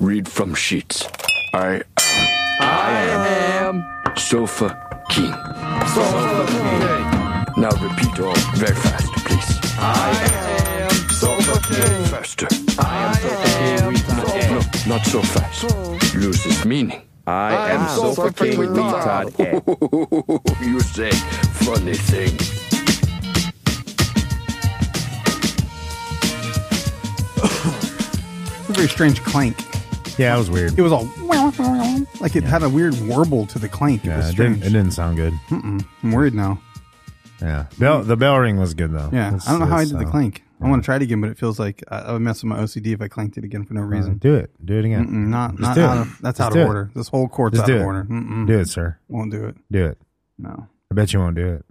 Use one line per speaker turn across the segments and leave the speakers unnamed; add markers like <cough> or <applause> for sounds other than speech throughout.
read from sheets. I am. I am. Sofa King. Sofa King. Now repeat all very fast, please. I am. Sofa King. Faster. I am Sofa King. No, no, not so fast. Loses meaning.
I am Sofa King retard.
<laughs>
Ed.
you say funny thing.
It was a very strange clank.
Yeah, that was weird.
It was all like it had a weird warble to the clank. it
Yeah,
was
it
strange.
didn't,
Hmm.
it didn't sound good.
I'm worried now.
Yeah, bell, the bell ring was good though.
Yeah,
That's-
I don't know how I
that's,
did the
uh,
clank. I want to try it again, but it feels like I, I would mess with my OCD if I clanked it again for no
uh,
reason.
Do it. Do it again.
Mm-mm, not
Just
not
do
out
it.
of, that's
Just
out
do
of
it.
order. This whole court's
Just
out
do
of
it.
order. Mm-mm.
Do it, sir.
Won't do it.
Do it.
No,
I bet you won't do it.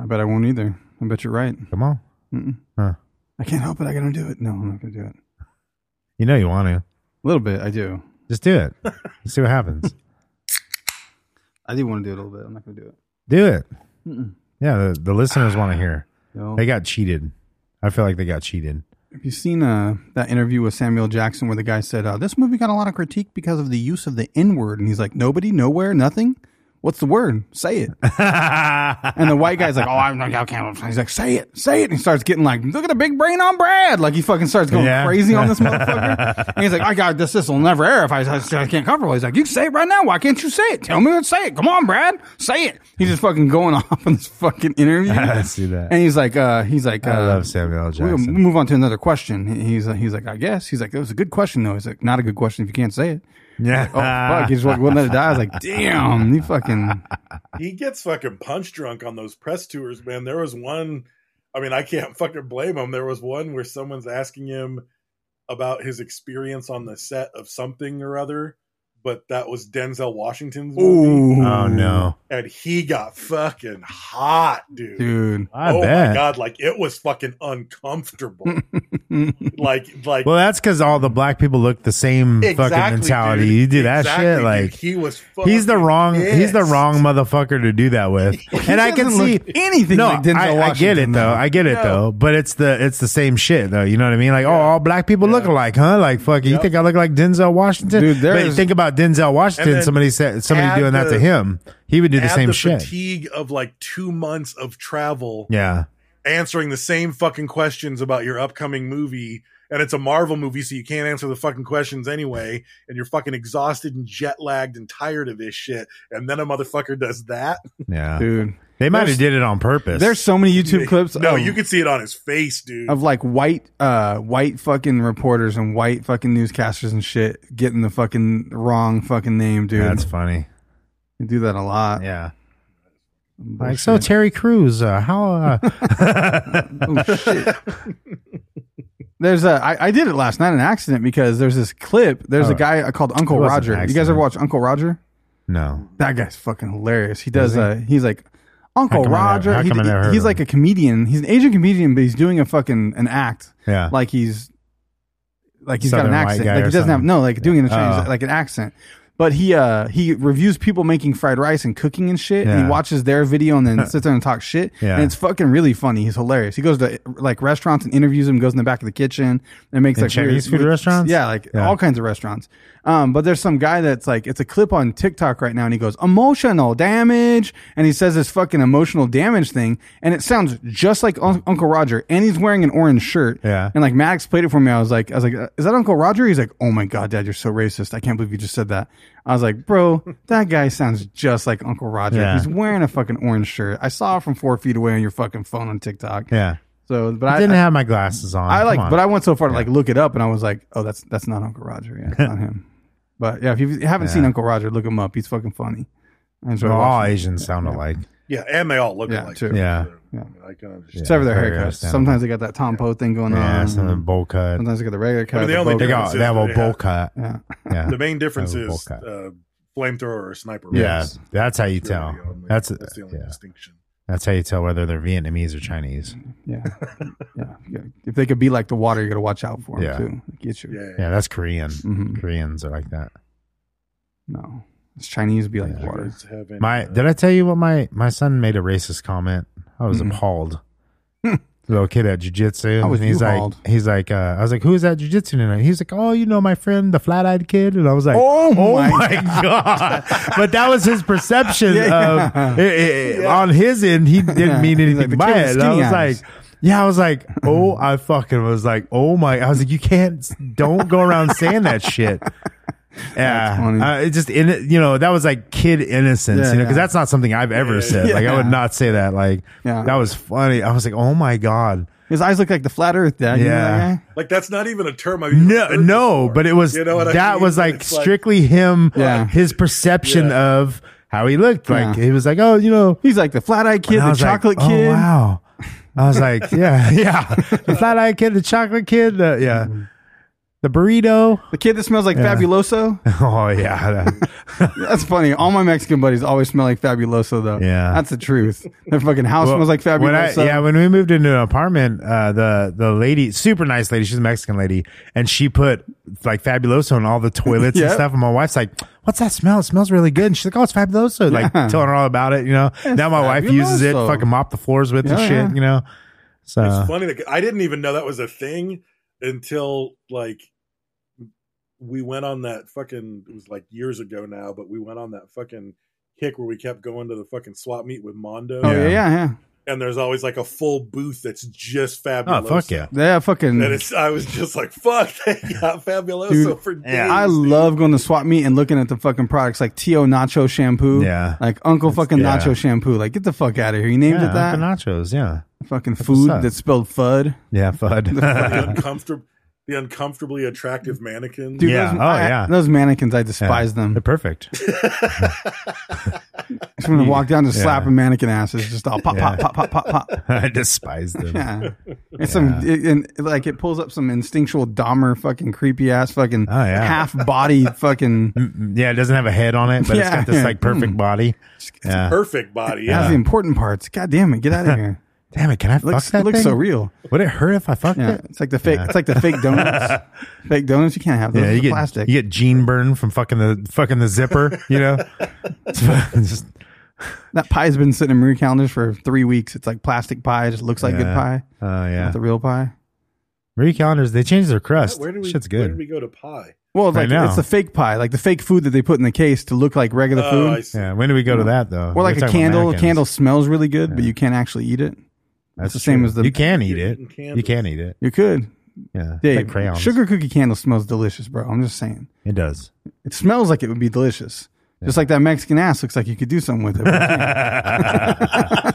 I bet I won't either. I bet you're right.
Come on.
Mm-mm.
Huh.
I can't help it. I gotta do it. No, I'm not gonna do it. A
You know you want to.
little bit, I do.
Just do it. See what happens.
<laughs> I do want to do it a little bit. I'm not gonna do it.
Do it. Yeah, the, the listeners want to hear.
No.
They got cheated. I feel like they got
<laughs>
cheated. <laughs>
Have you seen uh, that interview with Samuel Jackson where the guy said, uh, This movie got a lot of critique because of the use of the N word? And he's like, Nobody, nowhere, nothing? What's the word? Say it. and the white guy's like, Oh, I'm not, I can't. He's like, Say it, say it. And he starts getting like, Look at the big brain on Brad. Like, he fucking starts going
Yeah.
crazy on
<laughs>
this motherfucker. and he's like, I got this. This will never air if I, I, I can't cover it. He's like, You say it right now. Why can't you say it? Tell me what say it. Come on, Brad. Say it. He's just fucking going <laughs> off on this fucking interview.
<laughs> I see that.
And he's like, uh, He's like,
I
uh,
love Samuel L.
we
Jackson.
move on to another question. He- He's uh, he's like, I guess. He's like, it was a good question though. He's like, not a good question if you can't say it.
Yeah. <laughs>
Oh fuck, he just like, wouldn't let it die. I was like, damn, he
<laughs>
fucking.
he gets fucking punch drunk on those press tours, man. There was one, I mean, I can't <laughs> fucking blame him. There was one where someone's asking him about his experience on the set of something or other, but that was Denzel Washington's movie,
Ooh,
Oh, no.
and he got fucking hot, dude.
dude.
I
oh
bet.
my god, like it was fucking
<laughs>
uncomfortable. like, like
Well, that's because all the black people look the same fucking mentality.
dude.
You do that
Exactly,
shit,
dude.
like
he was.
he's the
fucking
wrong he's the
pissed.
wrong motherfucker to do
<laughs>
that with. and I can
doesn't
see
look anything
No,
like Denzel
I, I get it
Washington,
though.
though.
I get it
No.
though. But it's the it's the same shit though. You know what I mean? Like, oh, all black people look alike, huh? Like, fuck, you think I look like Denzel Washington?
Dude, there
but you
is-
think about Denzel Washington.
then
Somebody said
add
somebody doing that
the-
to him. He would do the
Add
same
the
shit.
Fatigue of like two months of travel,
Yeah,
answering the same fucking questions about your upcoming movie, and it's a Marvel movie, so you can't answer the fucking questions anyway, and you're fucking exhausted and jet lagged and tired of this shit, and then a motherfucker does that.
yeah.
dude.
They might
There's-
have did it on purpose.
There's so many YouTube clips.
No,
of,
you could see it on his face, dude.
of like white, uh, white fucking reporters and white fucking newscasters and shit getting the fucking wrong fucking name, dude.
that's funny.
you do that a lot.
Yeah. Like so, Terry Crews. Uh, how?
<laughs>
Uh,
There's a I, I did it last night in an accident because there's this clip. There's
Oh.
a guy called Uncle
It wasn't
Roger.
an
You guys ever
accident.
watch Uncle Roger?
no.
That guy's fucking hilarious. He does. Uh, he's like Uncle
come I never-
Roger.
how
He-
come I never heard
he's
of
like
him?
a comedian. He's an Asian comedian, but he's doing a fucking an act.
Yeah.
Like he's like he's
Southern
got
white
an accent.
guy
Like he
or
doesn't have
something.
no like doing an Chinese
Oh.
like an accent. But he uh he reviews people making fried rice and cooking and shit, and
Yeah.
he watches their video and
<laughs>
then sits there and talks shit.
Yeah.
And it's fucking really funny. He's hilarious. He goes to like restaurants and interviews them. Goes in the back of the kitchen and makes
In
like weird-
Chinese food
weird-
restaurants?
Yeah, like
Yeah.
all kinds of restaurants. Um, but there's some guy that's like, it's a clip on TikTok right now, and he goes, emotional damage. And he says this fucking emotional damage thing, and it sounds just like Un- Uncle Roger. And he's wearing an orange shirt.
Yeah.
And like Maddox played it for me. I was like, I was like, uh, is that Uncle Roger? He's like, oh my God, dad, you're so racist. I can't believe you just said that. I was like, bro, <laughs> that guy sounds just like Uncle Roger.
Yeah.
He's wearing a fucking orange shirt. I saw it from four feet away on your fucking phone on TikTok.
Yeah.
So, but
I
I
didn't
I-
have my glasses on.
I
Come
like,
on.
but I went so far to like look it up, and I was like, oh, that's that's not Uncle Roger. Yeah, it's
<laughs>
not him. But yeah, if you haven't seen
Yeah.
Uncle Roger, look him up. He's fucking funny. I enjoy
Well, all
watching it.
Asians sound alike.
Yeah, and they all look
Yeah,
alike.
too.
Yeah.
I, mean, I can understand.
Except for their
very
haircuts.
understandable.
Sometimes they got that Tom Poe thing going
Yeah,
on.
some bowl cut.
Sometimes they got the regular cut.
mean, they
the
only
bow
They
cut.
got they have a
Yeah.
bowl cut.
Yeah.
Yeah.
The main difference
That was
is
bowl cut.
uh, flamethrower or sniper.
Yeah,
rifles.
that's how you
That's the
tell.
only- only-
That's
that's the only
yeah.
distinction.
That's how you tell whether they're Vietnamese or Chinese.
Yeah. yeah. Yeah. If they could be like the water, you got to watch out for them
Yeah.
too. They Get you.
Yeah,
Yeah, that's Korean.
Mhm.
Koreans are like that.
No. It's Chinese be like
Yeah.
water.
It's heaven.
My did I tell you what my my son made a racist comment? I
<laughs>
was appalled. Little kid at jujitsu,
How Hmm. was
and he's
you
like,
hauled?
he's like, uh, I was like, who is at jujitsu tonight? He's like, oh, you know my friend, the flat eyed kid, and I was like,
Oh my
god. but that was his
<laughs>
perception
Yeah.
of it- it- on his end. He didn't
Yeah.
mean
He's
anything
like, the kid
by
with
it. And I
skinny
was
eyes.
like, yeah, I was like,
<laughs>
oh, I fucking was like, oh my, I was like, you can't, don't go around saying
<laughs>
that shit.
That's
Yeah,
funny.
uh, it just in you know that was like kid innocence,
Yeah,
you know, because
yeah.
that's not something I've
<laughs>
ever said. Like I would
Yeah.
not say that. Like
Yeah.
that was funny. I was like, oh my god,
<laughs> His eyes look like the flat earth dad. You know that
Yeah.
guy?
Like that's not even a term I've even
no,
heard
no,
before.
but it was
You know what I
that
mean?
was like
It's
strictly him,
Yeah.
his perception of how he looked. Like
Yeah.
he was like, oh, you know,
He's like the flat eyed kid,
And I
the
was like,
chocolate kid.
Oh, wow. I was
<laughs>
like, yeah, yeah. The flat eyed kid, the chocolate kid, the, yeah.
Mm-hmm.
The burrito. <laughs>
The kid that smells like Fabuloso.
Oh, yeah.
That's funny. All my Mexican buddies always smell like Fabuloso, though.
Yeah.
That's the truth. Their fucking house
Well,
smells like
when I-
Fabuloso.
yeah, when we moved into an apartment, uh, the the lady, super nice lady, she's a Mexican lady, and she put like Fabuloso in all the
<laughs>
toilets
Yep.
and stuff. And my wife's like, "What's that smell? It smells really good." And she's like, "Oh, it's Fabuloso!" Like
Yeah.
telling her all about it. You know. now my wife uses it,
Fabuloso.
fucking mop the floors with and
Yeah,
shit.
yeah.
You know. So
Uh,
It's funny. That, I didn't even know that was a thing until like we went on that fucking. It was like years ago now, but we went on that fucking kick where we kept going to the fucking swap meet with Mondo.
Oh, yeah, yeah, yeah.
And there's always like a full booth that's just
oh
fabulous.
fuck yeah.
Yeah, fucking.
And it's, I was just like, fuck, <laughs> they got Fabuloso
Dude,
for days.
I love going to swap meet and looking at the fucking products like Tio Nacho Shampoo.
Yeah.
Like Uncle fucking
yeah.
Nacho Shampoo. Like, get the fuck out of here. You named
Yeah,
it that?
the nachos, yeah.
fucking
what's
food
up.
that's spelled FUD. <laughs>
Yeah, FUD.
the, uncomfortable, the uncomfortably attractive mannequin.
Dude,
Yeah.
Those,
Oh,
I-
yeah.
Those mannequins, I
Yeah.
despise
They're <laughs>
them.
perfect.
<laughs> Just want to walk down to
Yeah.
slap a mannequin ass. It's just all pop,
Yeah.
pop, pop, pop, pop, pop.
I despise them.
Yeah. It's some, it, and like it pulls up some instinctual Dahmer fucking creepy ass fucking
Oh, yeah.
half body
<laughs>
fucking.
Mm, Yeah, it doesn't have a head on it, but it's
Yeah.
got this like
<laughs>
perfect body. Yeah.
Perfect body. Yeah.
That's the important parts. God damn it. Get out of
<laughs>
here.
Damn it! Can I
Looks,
fuck that
it looks
thing?
so real.
Would it hurt if I fucked
Yeah,
it?
it's like the fake. It's like the fake
<laughs>
donuts. fake donuts. You can't have those.
Yeah,
Yeah,
you get
plastic.
you get gene burn from fucking the fucking the zipper.
<laughs>
You know, It's just
that pie's been sitting in Marie calendars for three weeks. It's like plastic pie. It just looks like good
Yeah.
pie.
oh yeah.
Not the real pie.
Marie calendars they changed their crust.
Where did we,
Shit's
Where did
good.
we go to pie?
Well,
I
like
know.
it's the fake pie, like the fake food that they put in the case to look like regular
Oh, I
food.
see.
yeah, when did we go to that though?
Or like
We're
a
talking about
candle. A
mannequins.
candle smells really good, but you can't actually eat it.
That's
the same
true.
as the-
You can eat
You're
it.
eating
You
candles.
can eat it.
You could,
Yeah,
Dave.
like crayons.
Sugar cookie candle smells delicious, bro. I'm just saying, <laughs>
It does. <laughs>
it smells like it would be delicious. Just like that Mexican ass looks like you could do something with it. but you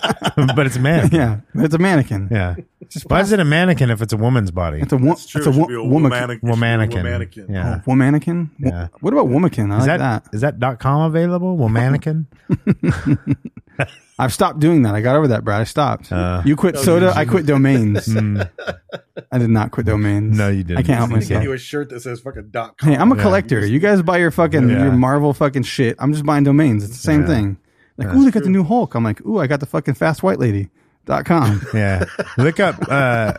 <laughs>
can't.
but it's man.
yeah, but it's a mannequin.
Yeah. Why is it a mannequin if it's a woman's body?
It's a, wo-
That's true.
it's a,
It should
wo-
be a
woman.
womanic- it should be a
Womanican.
womanican.
Yeah.
Oh, Womanican? Wo-
Yeah.
What about Womanican? I
Is
like
that
that,
is that dot com available? Womanican?
I've stopped doing that. I got over that, Brad. I stopped.
Uh,
you quit
Oh,
soda. I quit
<laughs>
domains. I did not quit domains.
Hmm. No, you didn't.
I can't help
I'm gonna get
myself.
you a shirt that says fucking dot com.
<laughs> Hey, I'm a collector. You guys buy your fucking
Yeah.
your Marvel fucking shit. I'm just buying domains. It's the same thing. Like, ooh, they got the new Hulk. I'm like, ooh, I got the fucking fast white lady. Dot
<laughs>
com.
yeah. Look up uh,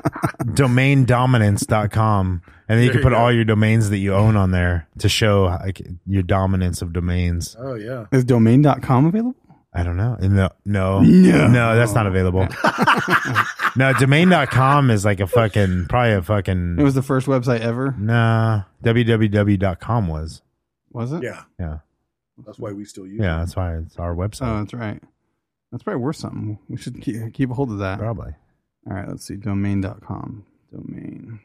domaindominance.com and then you can put all your domains that you own on there to show like your dominance of domains.
Oh yeah.
Is domain.com available?
I don't know. No, no, no, that's not available. no, domain.com is like a fucking, probably a fucking,
It was the first website ever,
nah, www.com was.
was it?
Yeah.
Yeah.
That's why we still use
Yeah. That's why it's our
Oh,
website.
that's right. That's probably worth something. We should keep, keep a hold of that.
Probably.
All right, let's see. Domain.com. Domain.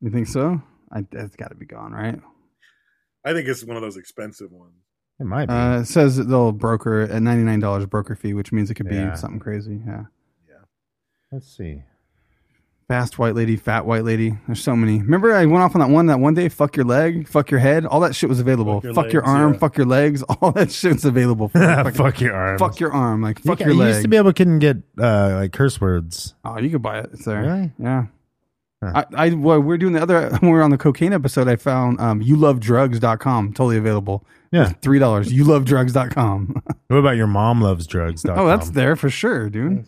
You think so? I, that's got to be gone, right?
it. I think it's one of those expensive ones.
It might be.
Uh, it says that they'll broker at ninety nine dollars broker fee, which means it could be
Yeah.
something crazy. Yeah,
Let's see.
Fast white lady, fat white lady. There's so many. Remember, I went off on that one that one day. Fuck your leg, fuck your head. All that shit was available. Fuck your,
your legs,
arm,
yeah.
fuck your legs. <laughs> All that shit's available.
<laughs>
For fucking-
fuck your arm.
fuck your arm. Like
You
fuck
ca-
your
you
leg.
used to be able to couldn't get uh, like curse words.
Oh, you could buy it. It's there.
Really?
Yeah. I, I well, we are doing the other <laughs> when we were on the cocaine episode. I found um, youlovedrugs.com totally available.
Yeah.
Three dollars. Youlovedrugs.com.
What about your mom loves drugs?
<laughs> oh, that's there for sure, dude.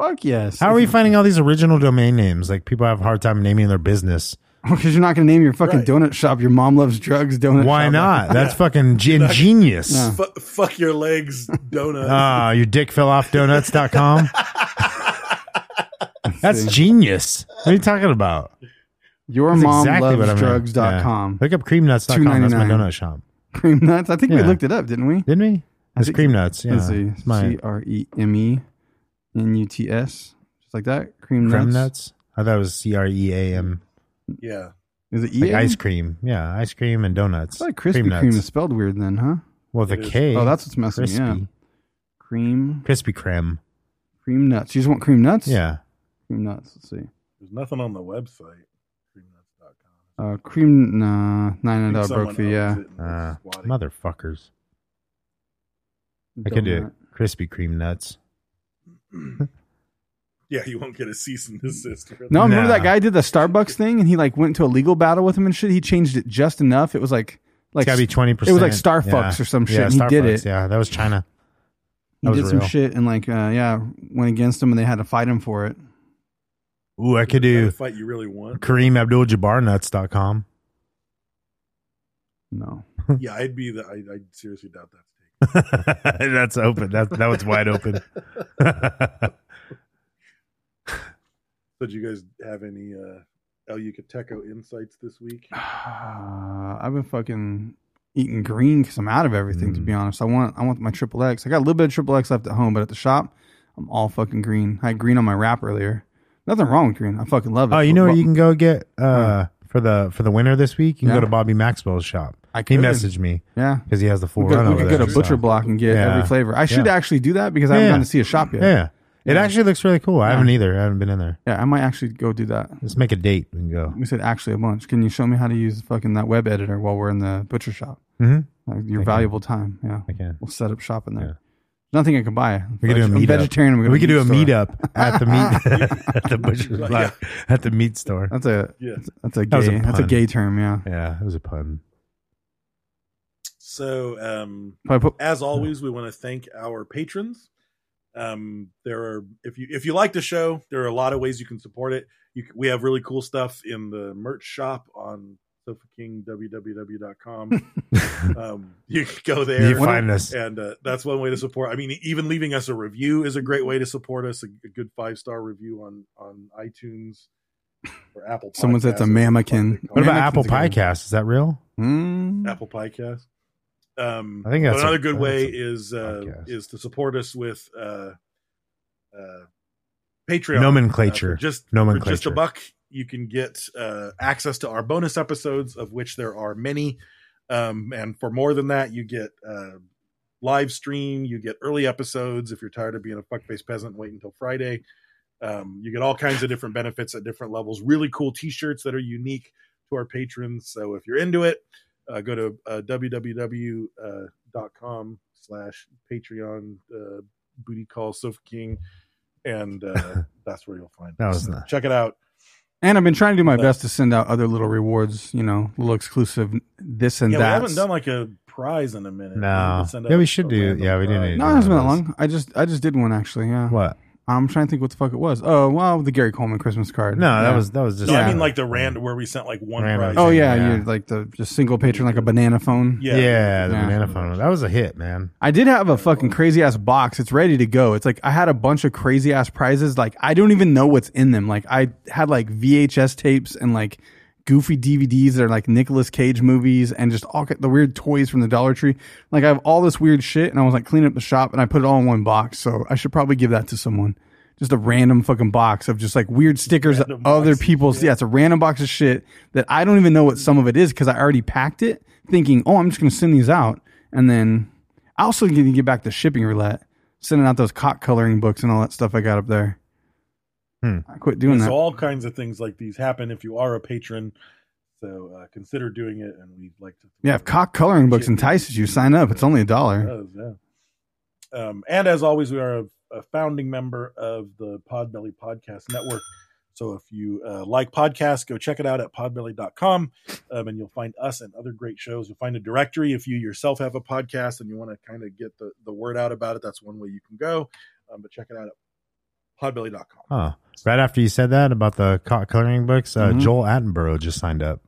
Fuck yes.
How
<laughs>
are we finding all these original domain names? Like people have a hard time naming their
<laughs>
business.
Because you're not going to name your fucking donut shop. Your mom loves drugs. Donut.
Why
shop. <laughs>
not? That's fucking g- ingenious.
Fu- fuck your legs, donut.
Ah, your dick fell off donuts.com.
<laughs>
That's genius. What are you talking about?
Your
That's
mom
exactly what I
loves
meant.
drugs.com.
Yeah. Look up creamnuts.com. That's my
$2.99.
donut shop.
<laughs> Cream nuts. I think we
Yeah.
looked it up, didn't we?
Didn't we? It's
think-
cream nuts. Yeah.
Let's see.
It's my
C R E M E N U T S. Just like that. Cream nuts.
cream nuts. I thought it was C R E A M.
yeah.
Is it E?
Like
M?
ice cream. Yeah, ice cream and donuts.
It's like Krispy Kreme is spelled weird then, huh?
Well, the
It is.
K.
Oh, that's what's messing me up.
Crispy.
Cream,
Krispy Kreme.
cream nuts. You just want cream nuts?
Yeah.
Cream nuts. Let's see.
There's nothing on the website. Creamnuts.com.
Uh, cream, nah, nine dollar broke fee. Yeah.
Uh,
Mother.
motherfuckers. I could do it. Krispy Kreme nuts.
Yeah, you won't get a cease and desist.
No, remember
Nah.
that guy did the Starbucks thing and he like went to a legal battle with him and shit. He changed it just enough. It was like, like
It's gotta be twenty percent.
It was like Star Fox or some shit.
Yeah,
and he
Star
did
Fox,
it.
Yeah, that was China.
He
That was
did some
real.
shit and like, uh, yeah, went against him and they had to fight him for it.
Ooh, I could
The
do
fight you really want.
Kareem Abdul Jabbar nuts.com.
No,
Yeah, I'd be the. I, I seriously doubt that's taken.
<laughs> That's open. That that one's wide open. <laughs>
So, did you guys have any uh, El Yucateco insights this week?
Ah. uh, <sighs> I've been fucking eating green because I'm out of everything. To be
Mm.
honest, I want I want my triple X. I got a little bit of triple X left at home, but at the shop, I'm all fucking green. I had green on my wrap earlier. Nothing wrong with green. I fucking love it.
oh, you know
But-
where you can go get uh for the for the winter this week? You
Hmm.
can
Yeah.
go to Bobby Maxwell's shop.
I
he
could.
messaged me
Yeah.
because he has the full
We could,
run
we
over
could get
there,
a butcher
so.
block and get
Yeah.
every flavor. I should
Yeah.
actually do that because I haven't
Yeah.
gone to see a shop yet.
Yeah. It actually looks really cool. I haven't either. I haven't been in there.
Yeah, I might actually go do that.
Let's make a date
<laughs>
and go.
We said actually a bunch. Can you show me how to use fucking that web editor while we're in the butcher shop?
Mhm.
Like your valuable time. Yeah.
I can.
We'll set up shop in there.
Yeah.
Nothing I can buy.
We could do a
I'm
meetup.
vegetarian.
We,
go to
could do a
meat store.
meetup at
<laughs>
the meat <laughs> at the butcher's block, at the meat store.
That's a
Yeah.
that's a
That was a
gay that's a
pun.
gay term. Yeah.
Yeah, it was a pun. <laughs>
So, um,
If I put-
as always, we want to thank our patrons. Um, there are if you if you like the show, there are a lot of ways you can support it. You, c- we have really cool stuff in the merch shop on sofakingwww.com. um, you can go there.
you find us.
and uh, that's one way to support. I mean, even leaving us a review is a great way to support us. A, a good five star review on on iTunes or Apple.
Someone said
Podcasts,
it's a
or whatever the fuck
mammakin.
they call
What
it.
about
Mammekins
Apple
again.
Podcast? Is that real?
Mm.
Apple Podcast. Um,
Mm-hmm. I think
but
that's a-
another good
that's
way
a
is uh,
podcast.
is to support us with uh, uh, Patreon
Nomenclature.
Uh, for just for
Nomenclature.
just a buck, you can get uh, access to our bonus episodes, of which there are many. Um, and for more than that, you get uh, live stream, you get early episodes. If you're tired of being a fuckface peasant, wait until Friday. Um, you get all kinds of different benefits at different levels. Really cool T-shirts that are unique to our patrons. So if you're into it, uh, go to uh, www.com uh, slash Patreon uh, booty call Sofa King, and
<laughs>
uh, that's where you'll find.
That
us.
was nice.
Check it out.
And I've been trying to do my best to send out other little rewards, you know, little exclusive this and
yeah,
that.
we haven't done like a prize in a minute.
No.
need to send
Yeah,
out
we should
a
do-
random
yeah, we do
prize.
need to
No,
Yeah,
it hasn't been
that
that
was-
long. I just I just did one actually. Yeah.
What?
I'm trying to think what the fuck it was. Oh, well, the Gary Coleman Christmas card.
No, that
Yeah.
was that was just.
No, I
Yeah.
mean like the rand where we sent like one
Random.
prize.
Oh yeah,
Yeah.
you like the just single patron like a banana phone.
Yeah.
yeah, the
Yeah.
banana phone. That was a hit, man.
I did have a fucking crazy ass box. It's ready to go. It's like I had a bunch of crazy ass prizes. Like I don't even know what's in them. Like I had like VHS tapes and like goofy DVDs that are like Nicolas Cage movies and just all ki- the weird toys from the Dollar Tree. Like I have all this weird shit and I was like cleaning up the shop and I put it all in one box. So I should probably give that to someone. Just a random fucking box of just like weird stickers that
Random
other
box.
people's. Yeah. it's a random box of shit that I don't even know what some of it is because I already packed it, thinking, oh, I'm just gonna send these out and then I also need to get back to shipping roulette, sending out those cock coloring books and all that stuff I got up there. I quit doing
so
that.
all kinds of things like these happen if you are a patron. So uh, consider doing it, and we'd like to.
yeah, if cock coloring books entices you, sign up. It's only a dollar.
does, yeah. Um, and as always, we are a, a founding member of the Podbelly Podcast Network. So if you uh, like podcasts, go check it out at podbelly.com um, and you'll find us and other great shows. You'll find a directory if you yourself have a podcast and you want to kind of get the, the word out about it. That's one way you can go. Um, but check it out at podbelly.com.
Huh. Right after you said that about the co- coloring books,
Mm-hmm.
uh, Joel Attenborough just signed up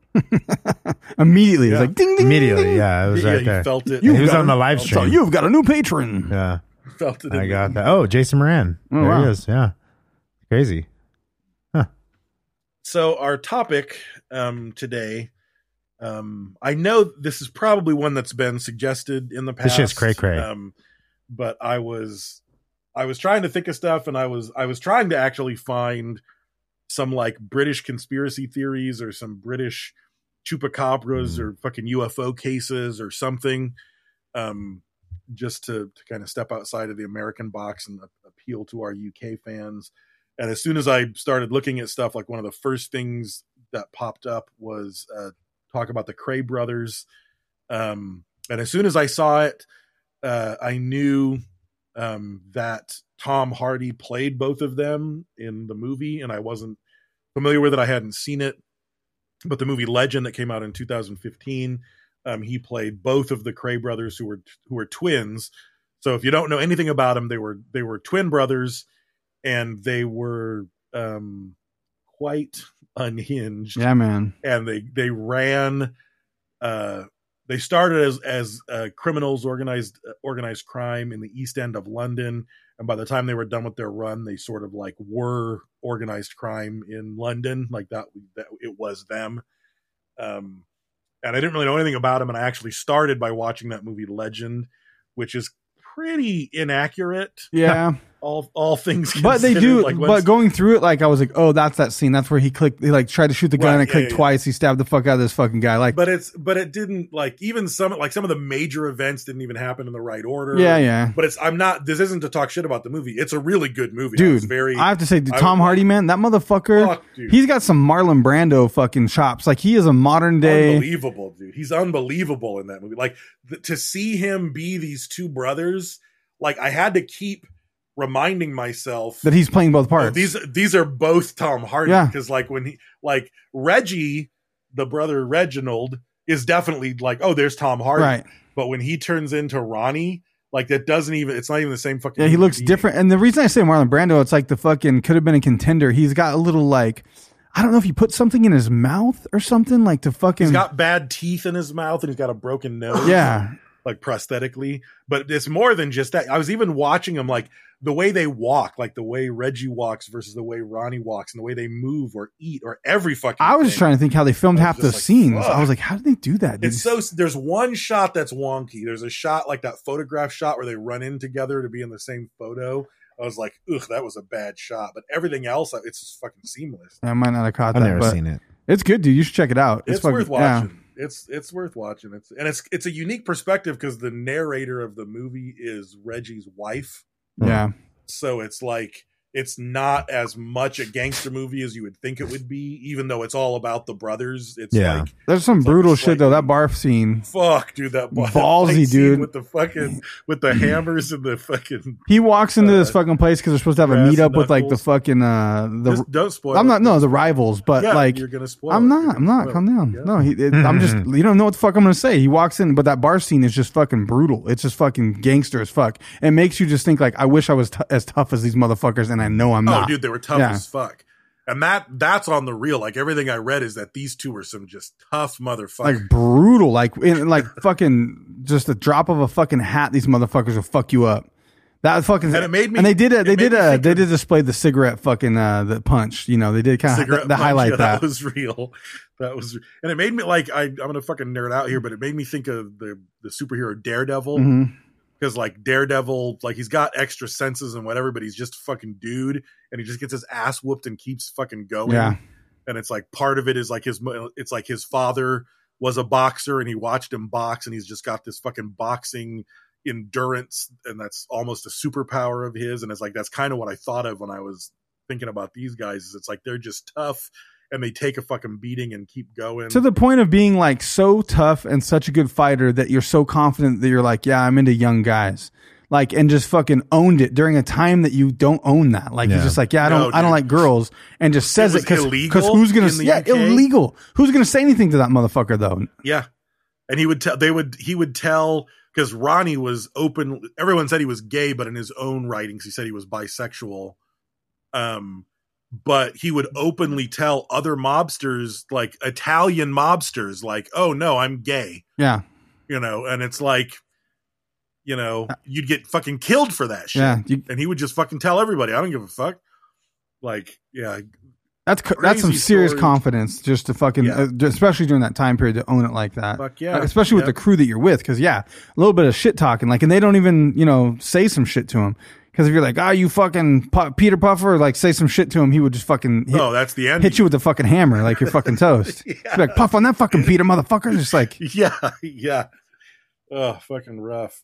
Immediately, it's
Yeah.
like ding ding
immediately.
ding,
Yeah, it was
Yeah,
right
you
there.
felt it. Oh,
he
You
was
got
on the live
ding. So
stream.
you've got a new patron.
yeah,
Felt it in
I
the-
got that. Oh, Jason Moran.
Oh,
there
wow.
he is. Yeah, crazy.
so our topic um, today um, i know this is probably one that's been suggested in the past
This shit's cray-cray.
um, but i was i was trying to think of stuff and i was i was trying to actually find some like british conspiracy theories or some british chupacabras or fucking ufo cases or something um, just to, to kind of step outside of the american box and a- appeal to our uk fans and as soon as I started looking at stuff, like one of the first things that popped up was uh, talk about the Cray brothers. Um, and as soon as I saw it, uh, I knew um, that Tom Hardy played both of them in the movie, and I wasn't familiar with it. I hadn't seen it, but the movie Legend that came out in 2015, um, he played both of the Cray brothers, who were who were twins. So if you don't know anything about them, they were they were twin brothers, and they were um, quite unhinged
Yeah, man.
and they they ran uh they started as as uh, criminals organized uh, organized crime in the east end of london and by the time they were done with their run they sort of like were organized crime in london like that that it was them um and i didn't really know anything about them and i actually started by watching that movie legend which is pretty inaccurate
Yeah,
all all things
but they
considered.
do.
like
but
once-
going through it, like I was like, oh, that's that scene. That's where he clicked. He like tried to shoot the gun
Right,
and
yeah,
clicked
yeah, yeah.
twice. He stabbed the fuck out of this fucking guy. Like,
but it's but it didn't like even some like some of the major events didn't even happen in the right order
yeah, yeah,
But it's I'm not. This isn't to talk shit about the movie. It's a really good movie. I was
dude.
very.
I have to say, dude,
I-
Tom Hardy, man, that motherfucker.
Fuck, dude.
he's got some Marlon Brando fucking chops. Like he is a modern day.
unbelievable, dude. He's unbelievable in that movie. Like th- to see him be these two brothers. Like I had to keep reminding myself
that he's playing both
oh,
parts.
these these are both Tom Hardy
Yeah.
because like when he like Reggie, the brother Reginald, is definitely like oh there's Tom Hardy.
right?
But when he turns into Ronnie, like that doesn't even. It's not even the same fucking.
Yeah, he
human
looks
being.
different. And the reason I say Marlon Brando, it's like the fucking could have been a contender. He's got a little like I don't know if he put something in his mouth or something like to fucking
He's got bad teeth in his mouth and he's got a broken nose.
yeah.
like prosthetically but it's more than just that i was even watching them like the way they walk like the way reggie walks versus the way ronnie walks and the way they move or eat or every fucking
I was
thing.
just trying to think how they
I
filmed
was
half the
just like,
scenes.
fuck.
I was like, how did they do that? Dude?
it's so there's one shot that's wonky there's a shot like that photograph shot where they run in together to be in the same photo i was like ugh that was a bad shot but everything else uh, it's just fucking seamless
I might not have caught
I've
that,
never
but
seen it.
it's good, dude. You should check it out.
it's,
fucking-
worth
yeah.
watching it's it's worth watching it's and it's it's a unique perspective because the narrator of the movie is reggie's wife
Yeah,
so it's like it's not as much a gangster movie as you would think it would be even though it's all about the brothers it's
Yeah.
like
there's some
It's like
brutal
a
shit
slight-
though. That barf scene.
fuck dude that that
Ballsy,
fight scene
dude.
with the fucking with the hammers and the fucking
He walks into this
Uh,
fucking place because they're supposed to have a
Brass
meetup with like the
Knuckles.
fucking uh the.
just don't spoil
I'm
it.
not no the rivals, but
Yeah,
like
you're gonna spoil
I'm
it.
not.
You're
I'm
gonna
not.
spoil
Calm
it.
down.
Yeah.
No, he, it, I'm just. You don't know what the fuck I'm gonna say. He walks in, but that bar scene is just fucking brutal. It's just fucking gangster as fuck. It makes you just think like, I wish I was t- as tough as these motherfuckers, and I know I'm
oh
not.
dude they were tough
Yeah.
as fuck and that that's on the real like everything i read is that these two were some just tough motherfuckers
like brutal, like in, like fucking just a drop of a fucking hat. These motherfuckers will fuck you up. That fucking
And it made me-
And they did it.
it
They
made
did
me
a.
think
They
of-
did display the cigarette fucking uh the punch. You know they did kind
cigarette
of the
punch.
highlight
Yeah,
that.
was real that was and it made me like I, i'm gonna fucking nerd out here but it made me think of the the superhero daredevil
Mhm.
because like daredevil like he's got extra senses and whatever but he's just a fucking dude and he just gets his ass whooped and keeps fucking going
Yeah.
and it's like part of it is like his mo- it's like his father was a boxer and he watched him box and he's just got this fucking boxing endurance and that's almost a superpower of his and it's like that's kind of what i thought of when i was thinking about these guys is it's like they're just tough and they take a fucking beating and keep going.
<laughs> to the point of being like so tough and such a good fighter that you're so confident that you're like, yeah, I'm into young guys. Like and just fucking owned it during a time that you don't own that. Like he's
Yeah.
just like, yeah, I
No,
don't, I don't
dude.
like girls, and just says
was
it because
illegal
who's gonna,
in the
yeah,
UK?
illegal. Who's gonna say anything to that motherfucker though?
Yeah. And he would tell they would he would tell because Ronnie was open everyone said he was gay, but in his own writings he said he was bisexual. Um but he would openly tell other mobsters, like Italian mobsters, like, oh no, I'm gay.
Yeah,
You know, and it's like you know, you'd get fucking killed for that shit.
Uh, yeah. You,
And he would just fucking tell everybody, I don't give a fuck. Like, yeah,
that's co- that's some
Crazy
serious
story.
confidence just to fucking,
Yeah.
uh, especially during that time period to own it like that.
Fuck yeah.
Like, especially with
Yep.
the crew that you're with, because yeah, a little bit of shit talking, like, and they don't even you know say some shit to him. Because if you're like, ah, you fucking Pu- Peter Puffer, like say some shit to him, he would just fucking hit,
oh, that's the end.
hit you with a fucking hammer, like you're fucking toast. He'd be like puff on that fucking Peter motherfucker, just like
<laughs> Yeah, yeah. Oh, fucking rough.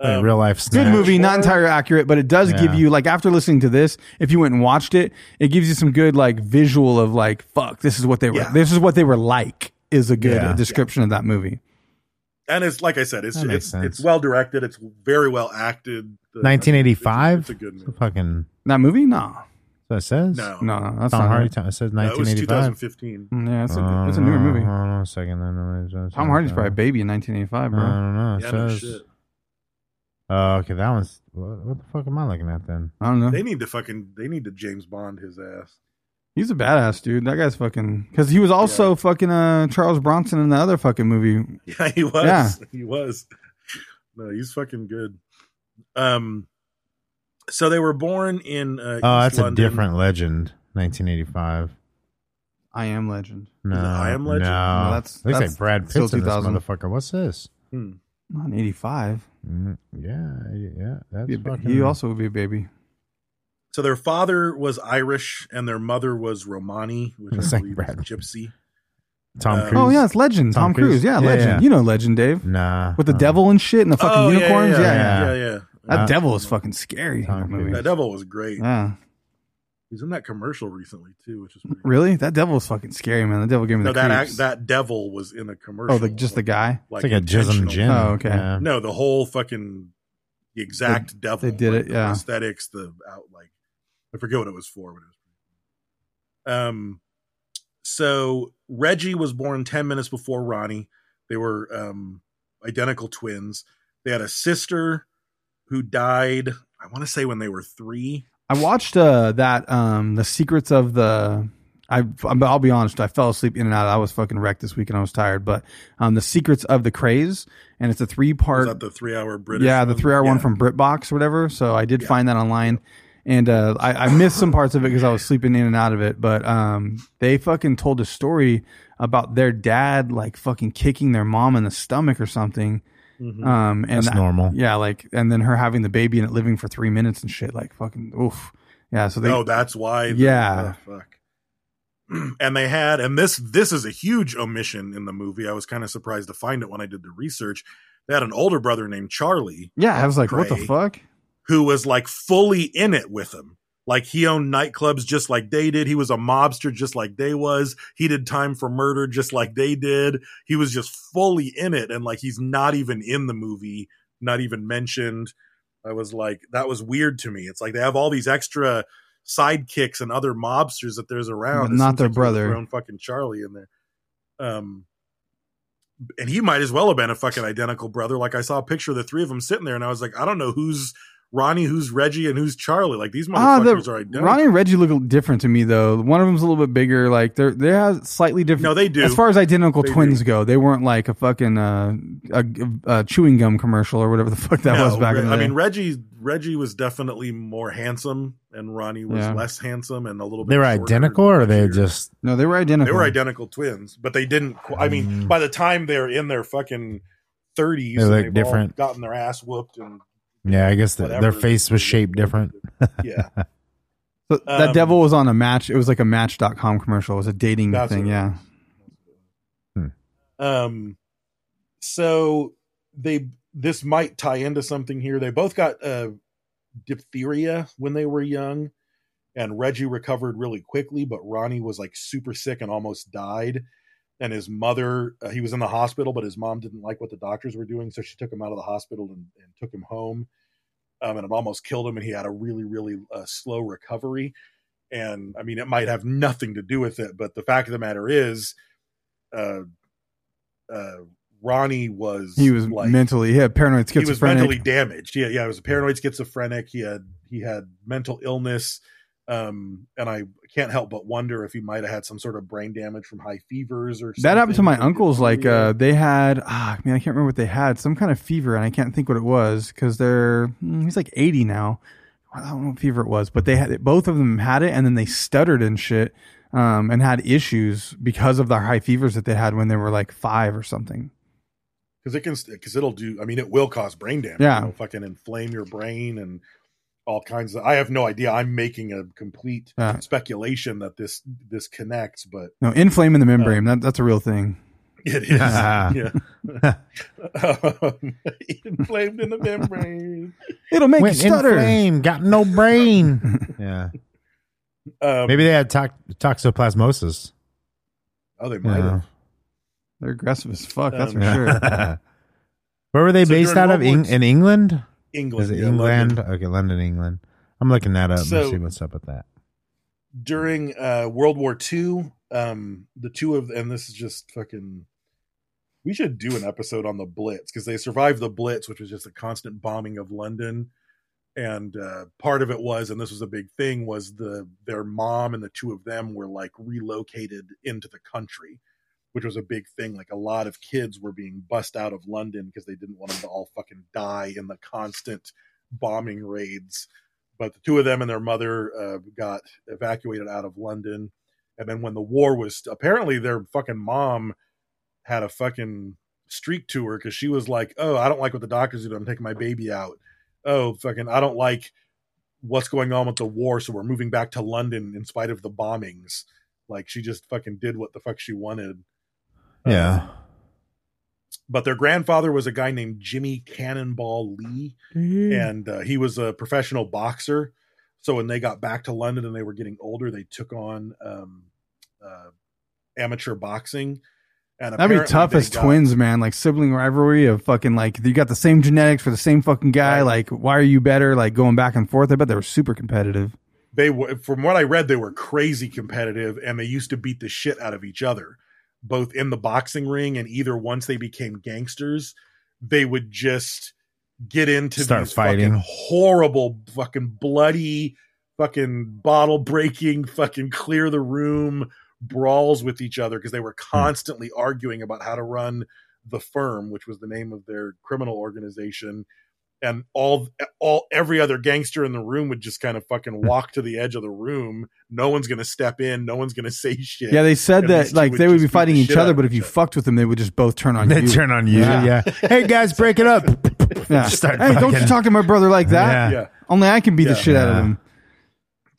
Like real life snatch.
um, good movie, not entirely accurate, but it does give
Yeah.
you like after listening to this, if you went and watched it, it gives you some good like visual of like fuck, this is what they were,
Yeah.
this is what they were like, is a good uh,
Yeah.
description of that movie.
and it's like I said, it's
That makes
it's
sense.
it's well directed. It's very well acted. The-
1985.
It's a good movie.
Fucking.
That movie, no,
So it says.
No,
no, no, that's
Tom
not
Hardy.
right.
Time. It says
no, it was
1985.
2015.
Yeah, it's a,
Uh,
it's a newer movie.
Hold on a second. I don't know.
Tom Hardy's probably a baby in 1985,
I
bro.
don't know. It
Yeah, no
says-
shit.
Oh, okay, that one's. What, what the fuck am I looking at then?
I don't know.
They need to fucking they need to James Bond his ass. <laughs>
He's a badass dude. That guy's fucking because he was also fucking uh, Charles Bronson in the other fucking movie.
Yeah, he was.
Yeah.
He was. No, he's fucking good. Um, so they were born in. Uh,
Oh,
East
that's
London.
a different legend. 1985.
I Am Legend.
No,
it I Am Legend?
No,
No, that's-
that's looks
that's
like Brad Pitt's
still
in this
2000.
motherfucker. What's this?
Hmm.
Not in 85.
Mm, yeah, yeah, that's
He,
fucking.
he also would be a baby.
So their father was Irish and their mother was Romani, which
It's
I
like
believe
Brad-
is gypsy.
Tom
Uh,
Cruise.
Oh yeah, it's Legend. Tom,
Tom
Cruise.
Cruise.
Yeah,
Yeah,
Legend.
yeah.
You know Legend, Dave.
Nah,
With the
uh,
devil and shit and the fucking
Oh, yeah,
unicorns. Yeah,
yeah, yeah,
yeah.
yeah. yeah.
that
Uh,
devil is fucking scary. in
Tom
that movie.
Cruise.
That devil was great.
Yeah,
He's in that commercial recently too, which is pretty
really? That devil is fucking scary, man. The devil gave me
No,
the
that
creeps.
act, that devil was in a commercial.
oh, the, just the guy.
It's like a jism
intentional.
gin.
Oh, okay.
Yeah.
No, the whole fucking the exact devil.
they did
like,
it,
the
yeah.
Aesthetics, the out like I forget what it was for, but it was. Um, so Reggie was born ten minutes before Ronnie. They were um identical twins. They had a sister who died. I want to say when they were three.
I watched uh, that um, the secrets of the. I I'm- I'll be honest. I fell asleep in and out. I was fucking wrecked this week and I was tired. But um, the secrets of the craze, and it's a three
Was
part.
that the three-hour British?
yeah, the three hour one
Yeah.
from BritBox or whatever. So I did find that online, and uh, I, I missed some parts of it because I was sleeping in and out of it. But um, they fucking told a story about their dad like fucking kicking their mom in the stomach or something.
Mm-hmm.
Um, and
That's
that-
normal.
Yeah, like and then her having the baby and it living for three minutes and shit. Like fucking oof. Yeah, so they
oh, that's why. the-
Yeah.
oh, fuck. <clears throat> And they had, and this this is a huge omission in the movie. I was kind of surprised to find it when I did the research. They had an older brother named Charlie
yeah. I was like, what the
Cray.
fuck?
who was like fully in it with him. Like he owned nightclubs just like they did. He was a mobster just like they was. He did time for murder just like they did. He was just fully in it. And like he's not even in the movie, not even mentioned. I was like, that was weird to me. It's like they have all these extra sidekicks and other mobsters that there's around.
But
It
not
seems like he
their
was
brother.
Thrown fucking Charlie in there. Um, and he might as well have been a fucking identical brother. Like I saw a picture of the three of them sitting there, and I was like, I don't know who's Ronnie, who's Reggie, and who's Charlie. Like these
Ah, the
motherfuckers are identical.
Ronnie and Reggie look different to me though. One of them's a little bit bigger. Like they're they have slightly different.
No, they do.
As far as identical
They
twins
do.
go, they weren't like a fucking uh, a, a chewing gum commercial or whatever the fuck that
No,
was back
Re-
in the day.
I mean, Reggie Reggie was definitely more handsome, and Ronnie was
Yeah.
less handsome and a little. bit
They were
shorter,
identical, or they
shorter.
just
no, they were identical.
they were identical twins, but they didn't. qu- I mean, by the time they're in their fucking thirties,
Mm. They look different.
gotten their ass whooped, and
yeah. I guess the, their
whatever.
face was shaped different.
yeah,
So that
um,
devil was on a match. It was like a Match.com commercial. It was a dating
That's
thing.
what it
Yeah.
Um, so they this might tie into something here. They both got uh, diphtheria when they were young, and Reggie recovered really quickly, but Ronnie was like super sick and almost died. And his mother, uh, he was in the hospital, but his mom didn't like what the doctors were doing, so she took him out of the hospital and, and took him home. Um, and it almost killed him, and he had a really, really uh, slow recovery. And I mean, it might have nothing to do with it, but the fact of the matter is, uh, uh, Ronnie was
He was mentally, he had paranoid
he was
schizophrenic.
mentally damaged. Yeah, yeah, he was a paranoid schizophrenic. He had he had mental illness, um, and I can't help but wonder if he might have had some sort of brain damage from high fevers or
that happened to
something.
my uncles. Like uh, they had, ah, I mean, I can't remember what they had. Some kind of fever, and I can't think what it was because they're mm, he's like eighty now. I don't know what fever it was, but they had both of them had it, and then they stuttered and shit, um, and had issues because of the high fevers that they had when they were like five or something.
because it can because it'll do. I mean, it will cause brain damage.
Yeah.
it'll fucking inflame your brain and all kinds of. I have no idea. I'm making a complete
Yeah.
speculation that this this connects, but
No, inflaming the membrane.
Oh.
that, that's a real thing. <laughs>
it is. yeah, <laughs> um, <laughs> inflamed in the
<laughs>
membrane.
It'll make
Went
you
in
stutter.
flame, got
<laughs>
no brain. yeah,
Um,
maybe they had tox- toxoplasmosis.
oh, they might have.
They're aggressive as fuck. That's
Um, <laughs>
for sure. <laughs>
Where were they
So
based
during
out of?
World War
Eng-
Two-
in England?
England,
Is it
yeah,
England?
London.
Okay, London, England. I'm looking that up.
So-
and see what's up with that.
during uh World War II, um the two of and this is just fucking we should do an episode on the Blitz because they survived the Blitz, which was just a constant bombing of London. And uh part of it was, and this was a big thing, was the their mom and the two of them were like relocated into the country, which was a big thing. Like a lot of kids were being bussed out of London because they didn't want them to all fucking die in the constant bombing raids but the two of them and their mother uh, got evacuated out of London. And then when the war was apparently their fucking mom had a fucking streak to her because she was like, "Oh, I don't like what the doctors do. I'm taking my baby out. Oh, fucking, I don't like what's going on with the war, so we're moving back to London in spite of the bombings." Like she just fucking did what the fuck she wanted. Uh,
Yeah.
But their grandfather was a guy named Jimmy Cannonball Lee,
Mm.
and uh, he was a professional boxer. So when they got back to London and they were getting older, they took on um, uh, amateur boxing. And
That'd be
apparently
tough
they
as
got-
twins, man. Like sibling rivalry of fucking like you got the same genetics for the same fucking guy.
Right.
Like why are you better? Like going back and forth. I bet they were super competitive.
They were, from what I read, they were crazy competitive, and they used to beat the shit out of each other, both in the boxing ring and either once they became gangsters, they would just get into
Start
these
fighting.
fucking horrible, fucking bloody, fucking bottle breaking, fucking clear the room brawls with each other because they were
Hmm.
constantly arguing about how to run the firm, which was the name of their criminal organization. And all, all, every other gangster in the room would just kind of fucking walk to the edge of the room. No one's going to step in. No one's going to <laughs> say shit.
Yeah, they said
And these
that
two
like
would
they would
just
be
beat
fighting
the
each
shit out
other,
of
but if you fucked with them, they would just both
<laughs>
turn on
They
you.
turn on you. Yeah.
Yeah.
Hey guys, break it up.
yeah.
Start
hey, don't you
fucking-
talk to my brother like
Yeah.
that?
Yeah.
Only I can beat
Yeah.
the shit out of
Yeah.
him.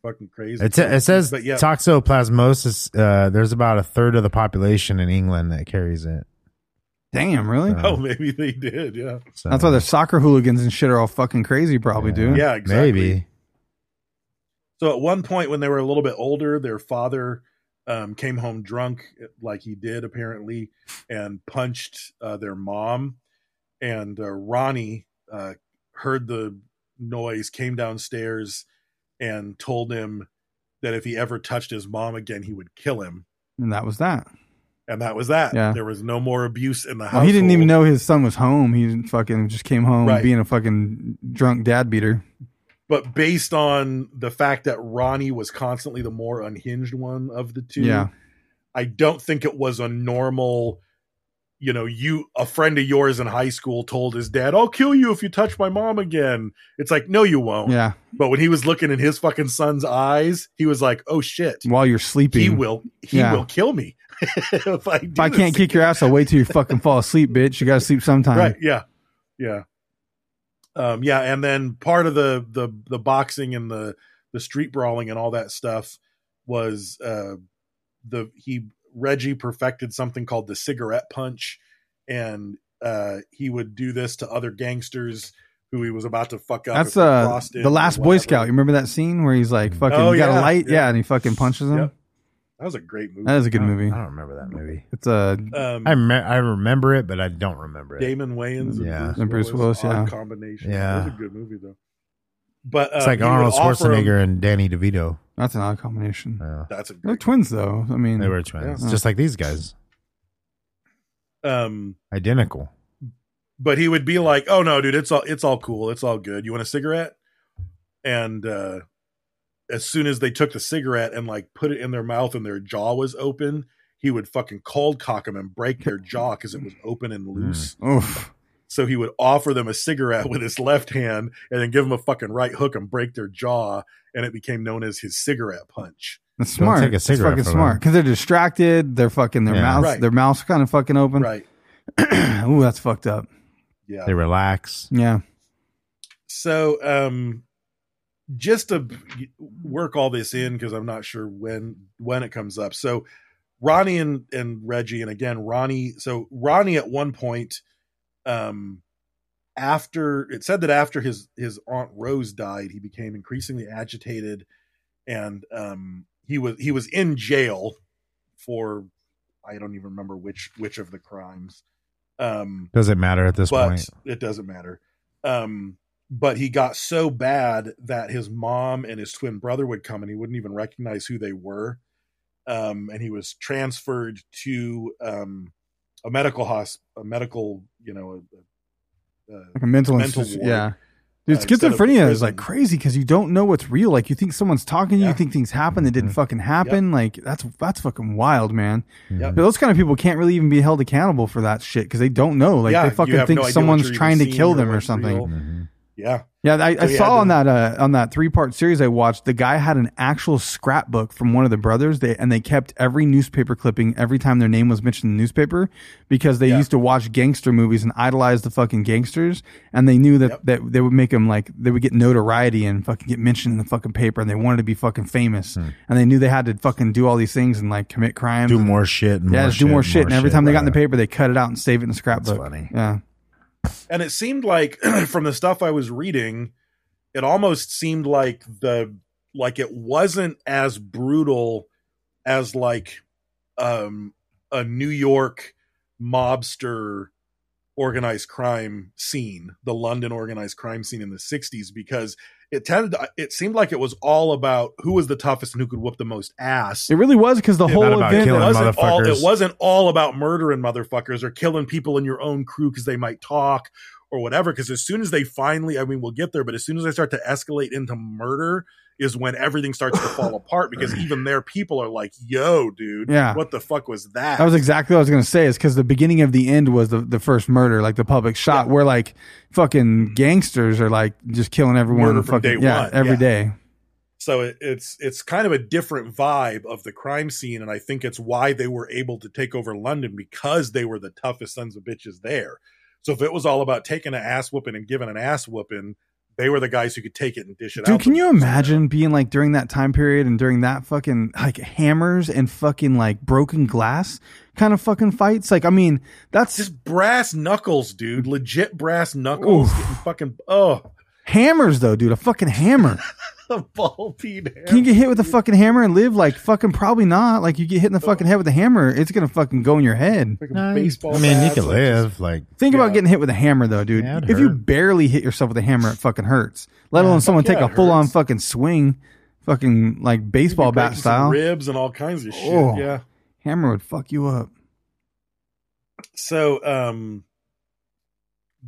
fucking crazy.
It, sa- it says
But yeah.
toxoplasmosis. Uh, there's about a third of the population in England that carries it.
Damn, really?
oh, <laughs> maybe they did. Yeah.
So,
That's why their soccer hooligans and shit are all fucking crazy, probably, dude.
Yeah, exactly.
Maybe.
So at one point, when they were a little bit older, their father um, came home drunk, like he did apparently, and punched uh, their mom. And uh, Ronnie uh, heard the noise, came downstairs, and told him that if he ever touched his mom again, he would kill him.
And that was that.
And that was that.
Yeah.
There was no more abuse in the house.
Well, he didn't even know his son was home. He fucking just came home
Right.
being a fucking drunk dad beater.
But based on the fact that Ronnie was constantly the more unhinged one of the two,
Yeah.
I don't think it was a normal, you know, you a friend of yours in high school told his dad, "I'll kill you if you touch my mom again." It's like, no, you won't.
Yeah.
But when he was looking in his fucking son's eyes, he was like, "Oh shit,
While you're sleeping.
he will, he
Yeah.
will kill me <laughs> if I do
If I
this
can't kick your ass, I'll wait till you fucking fall asleep, bitch. You gotta sleep sometime.
Right. Yeah. Yeah. Um, yeah. And then part of the, the, the boxing and the, the street brawling and all that stuff was, uh, the, he, Reggie perfected something called the cigarette punch and, uh, he would do this to other gangsters who he was about to fuck up.
That's
if he
uh,
crossed him
the
or
last Boy
whatever.
Scout. You remember that scene where he's like, "Fucking,
Oh,
you got
yeah,
a light,
yeah.
yeah. and he fucking punches him.
Yep. Uh-huh. That was a great movie.
That is a good
I
movie.
don't remember that movie.
It's uh, a
um,
I rem- I remember it, but I don't remember it.
Damon Wayans and
Yeah.
Bruce,
And Bruce
Willis,
Willis,
odd
yeah.
combination.
Yeah.
it was a good movie though. But uh,
It's like
he would
Arnold
offer him-
Schwarzenegger and Danny DeVito.
that's an odd combination.
Yeah.
that's a
They're
great.
twins though. I mean,
They were twins,
Yeah.
just like these guys,
um,
identical.
but he would be like, "Oh no, dude, it's all it's all cool, it's all good. You want a cigarette?" And uh, as soon as they took the cigarette and like put it in their mouth and their jaw was open, he would fucking cold cock them and break their jaw because it was open and loose.
Oof.
So he would offer them a cigarette with his left hand and then give them a fucking right hook and break their jaw, and it became known as his cigarette punch.
That's smart.
take a
It's
cigarette
fucking
from
smart
him.
because they're distracted. They're fucking their
Yeah.
mouths.
Right.
Their mouths kind of fucking open.
Right?
<clears throat> Ooh, that's fucked up.
Yeah.
They relax.
Yeah.
so um just to work all this in because i'm not sure when when it comes up so ronnie and and reggie and again ronnie so ronnie at one point um after it said that after his his aunt rose died he became increasingly agitated and um he was he was in jail for i don't even remember which which of the crimes um
Doesn't matter at this
but
point.
it doesn't matter. Um, but he got so bad that his mom and his twin brother would come and he wouldn't even recognize who they were. Um, and he was transferred to um, a medical hosp, a medical, you know, a, a,
Like a mental,
Mental
institution.
ward.
Yeah. Dude,
Uh, instead of a
schizophrenia is
prison.
like crazy because you don't know what's real. Like you think someone's talking, to you,
Yeah.
you think things happen that didn't fucking happen. Like that's that's fucking wild, man.
Yep.
But those kind of people can't really even be held accountable for that shit because they don't know. Like
Yeah,
they
you have
fucking
no
think
idea what
someone's
you're even
trying to
seeing
kill
or
them or
what's
something. Mm-hmm.
real. yeah,
Yeah, I,
So
I
you
saw
had
on
to-
that uh, on that three part series I watched, the guy had an actual scrapbook from one of the brothers, they, and they kept every newspaper clipping every time their name was mentioned in the newspaper because they
Yeah.
used to watch gangster movies and idolize the fucking gangsters, and they knew that,
Yep.
that they would make them like they would get notoriety and fucking get mentioned in the fucking paper, and they wanted to be fucking famous, and they knew they had to fucking do all these things and like commit crimes,
Do
and-
more shit. And
yeah,
more
just do more shit, and every time they got in the
right.
paper, they cut it out and save it in the scrapbook.
funny.
Yeah,
and it seemed like <clears throat> from the stuff i was reading it almost seemed like the like it wasn't as brutal as like um a new york mobster organized crime scene the london organized crime scene in the 60s because it tended to, it seemed like it was all about who was the toughest and who could whoop the most ass
it really was because the
Not
whole
about
event.
killing
it wasn't all it
motherfuckers.
wasn't all about murdering motherfuckers or killing people in your own crew because they might talk or whatever because as soon as they finally i mean we'll get there but as soon as they start to escalate into murder is when everything starts to fall apart because even their people are like yo dude
Yeah.
what the fuck was that
That was exactly what I was going to say. Is because the beginning of the end was the, the first murder, like the public shot, where like fucking gangsters are like just killing everyone.
Murder
and
from
fucking,
day
yeah,
one,
every
yeah.
day.
so it, it's it's kind of a different vibe of the crime scene and i think it's why they were able to take over london because they were the toughest sons of bitches there so if it was all about taking an ass whooping and giving an ass whooping they were the guys who could take it and dish it out
Dude,
the
can you
most, know?
imagine being like during that time period and during that fucking like hammers and fucking like broken glass kind of fucking fights? Like, I mean, that's
just brass knuckles dude legit brass knuckles getting fucking oh <laughs>
hammers though, dude. A fucking hammer.
a ball peen
Can you get hit with a fucking hammer and live? Like, fucking probably not. Like, you get hit in the fucking head with a hammer, it's gonna fucking go in your head.
like a
No, you-
baseball
I mean, you
bat,
could
like just-
live like
Think
Yeah.
about getting hit with a hammer, though, dude.
Yeah, it'd
if you
hurt.
barely hit yourself with a hammer, it fucking hurts. Let alone someone
Fuck yeah,
take a
it
full on
hurts.
fucking swing, fucking like baseball
You'd be
bat
breaking some
style.
ribs and all kinds of shit
Oh.
yeah
Hammer would fuck you up.
so um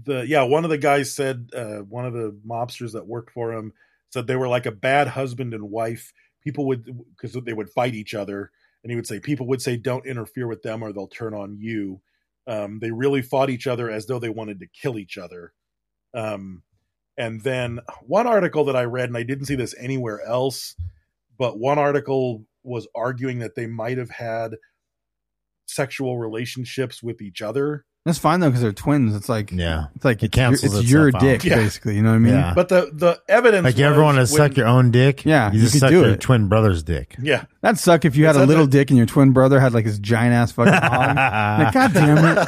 the yeah one of the guys said uh one of the mobsters that worked for him said they were like a bad husband and wife people would because they would fight each other and he would say people would say don't interfere with them or they'll turn on you um they really fought each other as though they wanted to kill each other um and then one article that i read and i didn't see this anywhere else but one article was arguing that they might have had sexual relationships with each other
That's fine though because they're twins. It's like
Yeah.
it's like
It
it's your-
cancels
It's your,
itself out.
dick
Yeah.
basically. You know what I mean?
Yeah.
But the the evidence
Like you ever
was
want to
when-
suck your own dick?
Yeah,
you
you
just
could
suck
do
your
it.
twin
<laughs>
brother's dick.
<laughs> Yeah,
That'd suck if you had
It's
a
not
little
that-
dick and your twin brother had like his giant ass
<laughs>
fucking hog. Like, God damn it!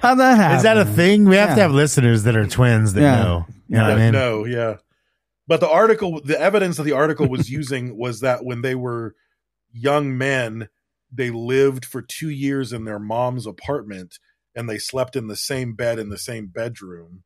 How'd that happen?
Is that a thing? We have to
Yeah.
have listeners that are twins that
Yeah.
know. You know what
That-
I mean?
no, yeah. But the article, the evidence that the article was using was that when they were young men, they lived for two years in their mom's apartment and they slept in the same bed in the same bedroom.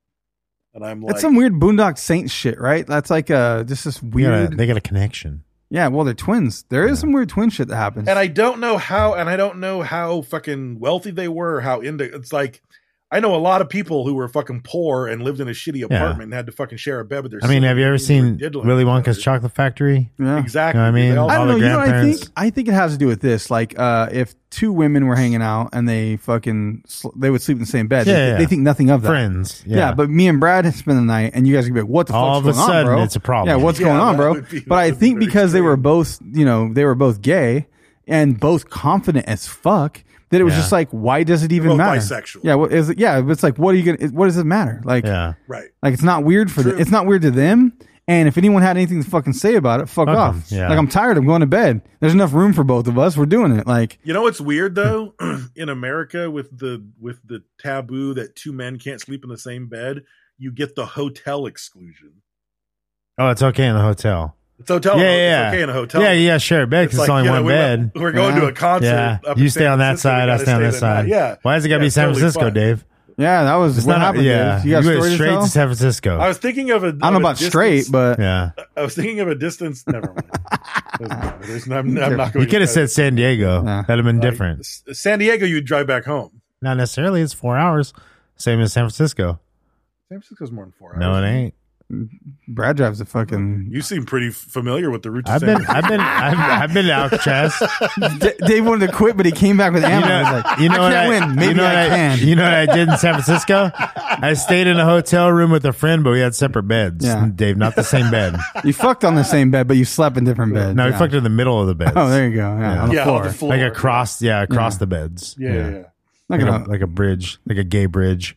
And I'm like,
That's some weird Boondock Saints shit, right? That's like uh, just this
We got a-
weird. Yeah,
they got a connection.
well, they're twins. There is some weird twin shit that happens.
and I don't know how, and I don't know how fucking wealthy they were, how into it's like. I know a lot of people who were fucking poor and lived in a shitty apartment and had to fucking share a bed with their.
I mean, have you ever
siblings who were
seen
diddling
Willy
each
Wonka's
other.
Chocolate Factory?
yeah.
Exactly.
You know what I mean?
They all
I don't
the
know. You know what I think?
grandparents.
I think it has to do with this. Like, uh, if two women were hanging out and they fucking sl- they would sleep in the same bed,
Yeah,
they,
yeah.
they think nothing of that.
Friends. Yeah.
Yeah. but me and Brad had spent the night, and you guys could be like, "What the fuck's
All of a
going on,
sudden,
bro?
it's a problem.
Yeah, what's
Yeah,
going on,
that
bro?"
would be-
but I
that would
think
be very
because they were
strange.
both, you know, they were both gay and both confident as fuck. That it was
Yeah.
just like, why does it even
both
matter?
bisexual.
Yeah, what is it? Yeah, it's like, what are you gonna? it- What does it matter? Like,
yeah.
<laughs> Right.
like it's not weird for them. It's not weird to them. And if anyone had anything to fucking say about it, fuck,
Fuck 'em,
off.
yeah.
Like I'm tired. I'm going to bed. There's enough room for both of us. We're doing it. Like,
You know what's weird
<clears throat>
though? in America with the with the taboo that two men can't sleep in the same bed, you get the hotel exclusion.
Oh, it's okay in the hotel.
It's hotel.
yeah,
Oh, it's
yeah, yeah.
okay in a hotel.
Yeah, yeah, share a bed
It's
because
like,
it's, only
you know,
one
we
bed.
went- we're going to
Yeah.
a concert.
yeah,
up in
you stay
San
on that
Francisco, we
side. I
gotta
stay on this
the night.
side.
Yeah.
Why is it got to be
Yeah,
San
totally
Francisco,
fine.
Dave?
yeah, that was
It's
what
not.
happened.
yeah,
dude. You got a
went
story to
straight
tell?
to San Francisco.
I was thinking of a.
I don't
of
know
a
about
distance-
straight, but
yeah,
<laughs> I was thinking of a distance.
<laughs>
Never mind. Doesn't matter. There's no- I'm, I'm not going.
you could have said San Diego.
Yeah.
That'd have been different.
San Diego. You'd drive back home.
Not necessarily. It's four hours. Same as San Francisco.
San Francisco's more than four hours.
No, it ain't.
Brad drives a fucking.
You seem pretty familiar with the route. To
I've
San
been,
Francisco.
I've been, I've, I've been
<laughs>
to Alcatraz.
D- Dave wanted to quit, but he came back with ammo.
You know,
He's like,
you know
I
what
can't win. Maybe
you know
I,
what
can.
You know what I did in
<laughs>
San Francisco? I stayed in a hotel room with a friend, but we had separate beds.
Yeah.
Dave, not the same bed.
<laughs> you fucked on the same bed, but you slept in different beds.
No, we
Yeah.
fucked in the middle of the beds.
Oh, there you go. Yeah,
Yeah.
on the
yeah,
floor.
on the floor.
Like across, yeah, across the beds.
Yeah, yeah. yeah.
Not
Like,
gonna-
a, like a bridge, like a gay bridge.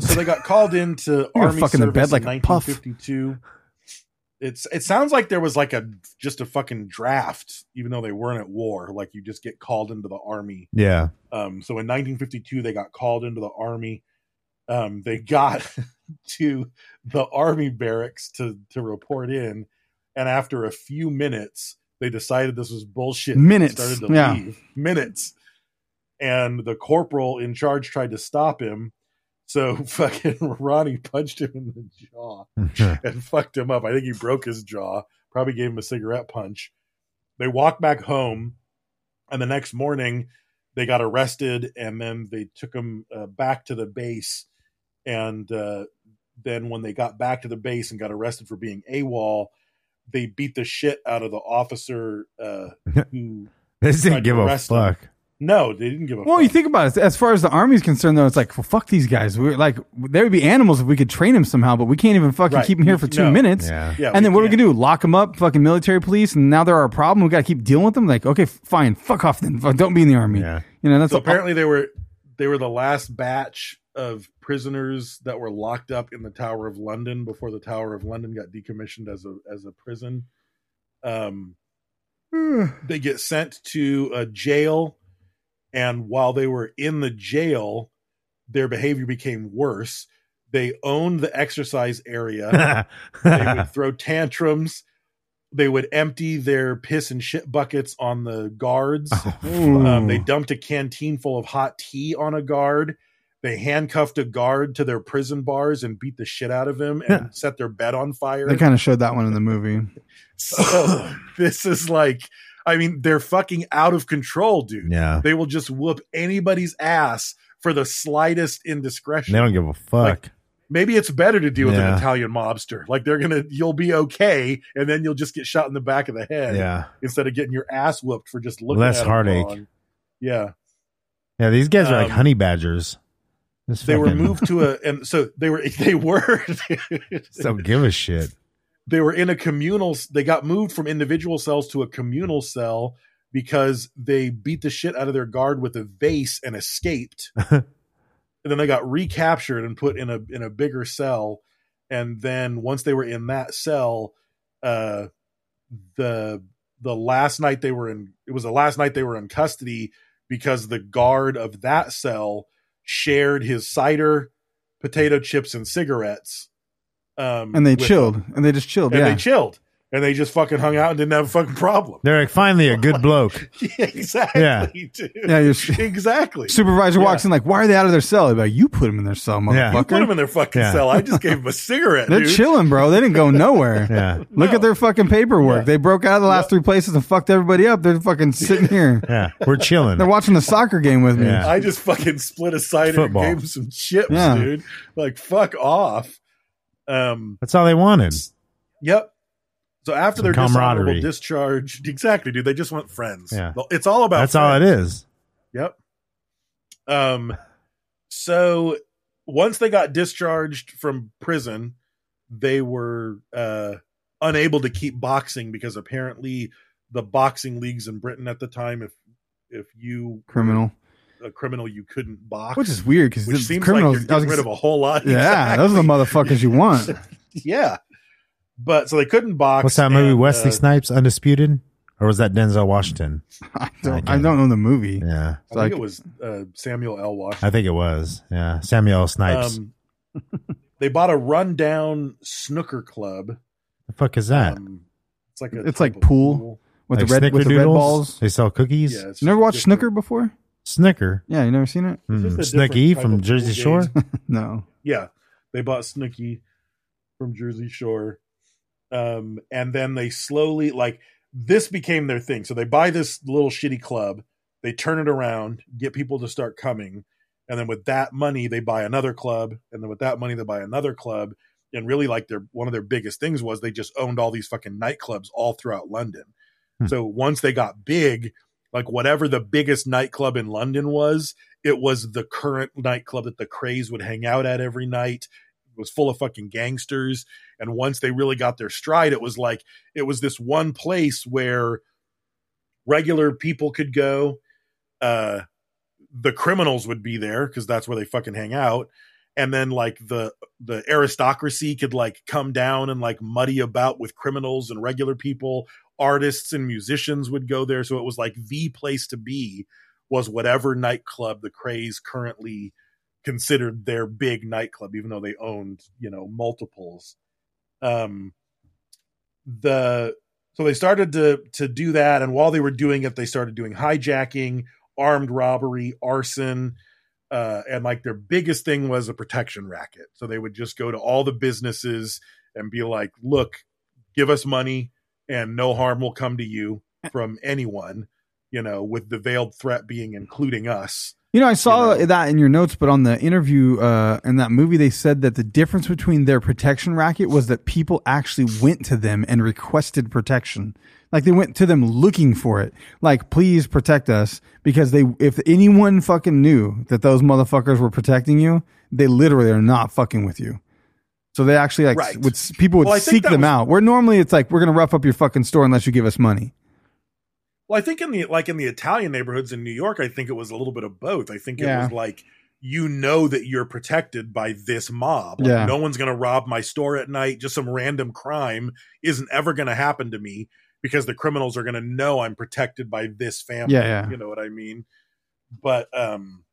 So they got called
<laughs>
into
were
army
fucking in
service
bed like
in
a puff.
1952. It's it sounds like there was like a just a fucking draft, even though they weren't at war. Like you just get called into the army.
Yeah. <laughs>
Um, so in 1952, they got called into the army. Um, they got <laughs> to the army barracks to to report in, and after a few minutes, they decided this was bullshit. and
Minutes,
started to
yeah.
leave. Minutes, and the corporal in charge tried to stop him. So <laughs> fucking Ronnie punched him in the jaw and <laughs> fucked him up. I think he broke his jaw, probably gave him a cigarette punch. They walked back home, and the next morning they got arrested, and then they took him uh, back to the base. And uh, then when they got back to the base and got arrested for being AWOL, they beat the shit out of the officer
<laughs>
uh, who.
They just
Tried to
didn't give a
arrest him.
fuck.
No, they didn't give a
Well,
fuck.
you think about it. As far as the army's concerned, though, it's like, well, fuck these guys. We're like, they would be animals if we could train them somehow, but we can't even fucking
Right.
keep them here for two
No.
minutes.
Yeah.
Yeah,
and
we
then what are we
can't.
gonna do? Lock them up? Fucking military police? And now they're our problem. We gotta keep dealing with them. Like, okay, f- fine, fuck off then. Fuck, don't be in the
<laughs>
army.
Yeah. <laughs>
You know, that's
so
a- <sighs>
apparently they were they were the last batch of prisoners that were locked up in the Tower of London before the Tower of London got decommissioned as a as a prison. Um, they get sent to a jail, and while they were in the jail, their behavior became worse. They owned the exercise
<laughs>
area. they would throw tantrums. They would empty their piss and shit buckets on the guards. Um, they dumped a canteen full of hot tea on a guard. They handcuffed a guard to their prison bars and beat the shit out of him and set their bed on fire.
they kind of showed that one in the movie.
<coughs>
So, this is like, I mean, they're fucking out of control, dude.
Yeah.
They will just whoop anybody's ass for the slightest indiscretion.
They don't give a fuck.
Like, Maybe it's better to deal with an
Yeah.
Italian mobster. Like they're gonna, you'll be okay, and then you'll just get shot in the back of the head
yeah.
instead of getting your ass whooped for just looking.
Less
at 'em
heartache.
wrong. Yeah.
Yeah. These guys are like
Um,
honey badgers. Just
they were
fucking
moved to a and so they were <laughs> they were
<laughs> Don't give a shit.
they were in a communal they got moved from individual cells to a communal cell because they beat the shit out of their guard with a vase and
<laughs>
escaped. and then they got recaptured and put in a in a bigger cell. And then once they were in that cell, uh, the the last night they were in it was the last night they were in custody because the guard of that cell shared his cider, potato chips, and cigarettes. Um,
And they
with-
chilled. And they just chilled.
And
yeah.
they chilled. And they just fucking hung out and didn't have a fucking problem. <laughs>
They're like, finally a good bloke.
Yeah, exactly.
Yeah.
dude.
Yeah, you're-
<laughs> exactly.
Supervisor walks in like, why are they out of their cell? He'd be like, you put them in their cell, motherfucker.
Yeah.
Put them in their fucking
Yeah.
cell. I just gave
<laughs>
them a cigarette,
They're
dude.
chilling, bro. They
<laughs>
didn't go nowhere.
Yeah.
Look
No.
at their fucking paperwork. They broke out of the last three places and fucked everybody up. They're fucking
<laughs>
sitting here.
Yeah. We're chilling.
They're watching the soccer game with me.
Yeah.
I just fucking split a cider
Football.
and gave them some chips,
Yeah.
dude. Like, fuck off. Um,
That's all they wanted.
yep. So after
Some
their
camaraderie.
dishonorable discharge, exactly, dude. They just want friends.
Yeah.
It's all about
That's all it is.
Yep. Um so once they got discharged from prison, they were uh unable to keep boxing because apparently the boxing leagues in Britain at the time if if you
Criminal.
a criminal you couldn't box
Which is weird because
which
the
seems like you're
criminals.
getting rid of a whole lot. <laughs>
yeah, those are the motherfuckers you want.
yeah. But so they couldn't box.
What's that movie?
and,
Wesley
uh,
Snipes, Undisputed, or was that Denzel Washington?
<laughs> I
I
don't,
get
I don't know the movie.
Yeah,
I think
like-
it was uh, Samuel L. Washington.
I think it was. Yeah, Samuel Snipes.
Um, they bought a rundown snooker club.
the fuck is that?
Um, it's like a
It's
type
like
of
pool. With the red with the red
Snickerdoodles?
balls.
They sell cookies.
Yeah, it's
You never
just
watched
different-
Snooker before?
Snicker.
Yeah, you never seen it? <laughs>
It's just
Mm.
a
Snooky
different type
from
of
Jersey
pool
Shore.
game.
No.
Yeah, they bought Snooky from Jersey Shore, um, and then they slowly like this became their thing. So they buy this little shitty club, they turn it around, get people to start coming, and then with that money they buy another club, and then with that money they buy another club. And really, like their one of their biggest things was they just owned all these fucking nightclubs all throughout London.
Hmm.
So once they got big, like whatever the biggest nightclub in London was, it was the current nightclub that the craze would hang out at every night it was full of fucking gangsters and once they really got their stride it was like it was this one place where regular people could go uh the criminals would be there because that's where they fucking hang out and then like the the aristocracy could like come down and like muddy about with criminals and regular people artists and musicians would go there so it was like the place to be was whatever nightclub the craze currently considered their big nightclub even though they owned you know multiples um the so they started to to do that and while they were doing it they started doing hijacking armed robbery arson uh and like their biggest thing was a protection racket so they would just go to all the businesses and be like look give us money and no harm will come to you from anyone you know with the veiled threat being including us
You know, I saw
You know.
that in your notes, but on the interview uh, in that movie, they said that the difference between their protection racket was that people actually went to them and requested protection. Like they went to them looking for it. Like, please protect us, because they, if anyone fucking knew that those motherfuckers were protecting you, they literally are not fucking with you. So they actually like
Right.
would s- people would
Well, I think
seek
that
them
was-
out. Where normally it's like we're gonna rough up your fucking store unless you give us money.
Well, I think in the like in the Italian neighborhoods in New York, I think it was a little bit of both. I think it
Yeah.
was like you know that you're protected by this mob. Like,
Yeah.
No one's going to rob my store at night. Just some random crime isn't ever going to happen to me because the criminals are going to know I'm protected by this family.
Yeah, yeah.
You know what I mean? But um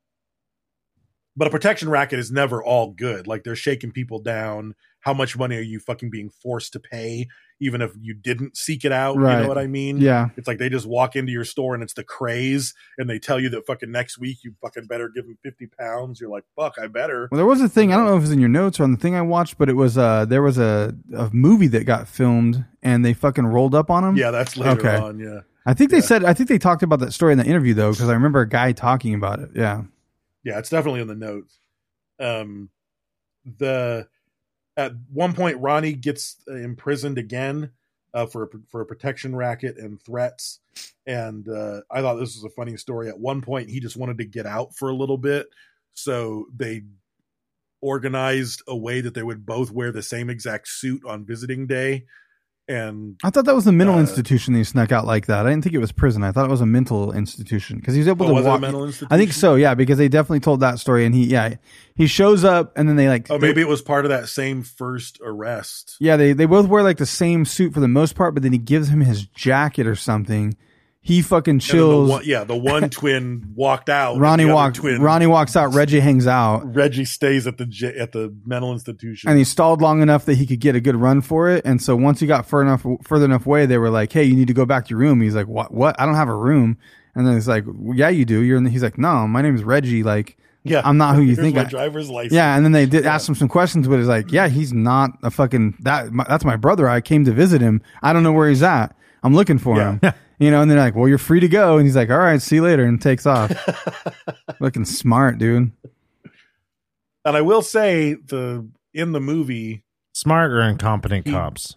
but a protection racket is never all good. Like they're shaking people down. How much money are you fucking being forced to pay even if you didn't seek it out? You
Right.
know what I mean?
Yeah,
It's like they just walk into your store and it's the craze, and they tell you that fucking next week you fucking better give them fifty pounds. You're like, fuck, I better.
Well, there was a thing. I don't know if it was in your notes or on the thing I watched, but it was uh there was a, a movie that got filmed and they fucking rolled up on him.
Yeah, that's later
Okay.
on. Yeah,
I think they said I think they talked about that story in the interview though because I remember a guy talking about it. Yeah,
yeah, it's definitely in the notes. Um, the at one point Ronnie gets uh, imprisoned again uh, for a, for a protection racket and threats, and uh, I thought this was a funny story. At one point, he just wanted to get out for a little bit, so they organized a way that they would both wear the same exact suit on visiting day and
I thought that was the mental
Uh,
institution that he snuck out like that. I didn't think it was prison. I thought it was a mental institution because he was able
Oh,
to
was it a
walk.
mental
I think
institution?
so. Yeah, because they definitely told that story, and he yeah he shows up, and then they like
oh, maybe it was part of that same first arrest.
yeah they they both wear like the same suit for the most part, but then he gives him his jacket or something. He fucking
And then
chills.
The one, yeah, the
<laughs>
one twin walked out. and
Ronnie
the other
walks.
Twin,
Ronnie walks out. Reggie hangs out,
Reggie stays at the j- at the mental institution.
and he stalled long enough that he could get a good run for it. And so once he got far enough, further enough away, they were like, "Hey, you need to go back to your room." He's like, "What? What? I don't have a room." And then it's like, well, "Yeah, you do." You're. In the, he's like, "No, my name's Reggie. Like,
yeah,
I'm not who you
Here's
think
My
I-
driver's license.
yeah." And then they did ask him some questions, but it's like, "Yeah, he's not a fucking that. My, that's my brother. I came to visit him. I don't know where he's at. I'm looking for
Yeah. <laughs>
him." You know, and they're like, "Well, you're free to go," and he's like, "All right, see you later," and takes off.
<laughs>
Looking smart, dude.
and I will say the in the movie
Smart or incompetent cops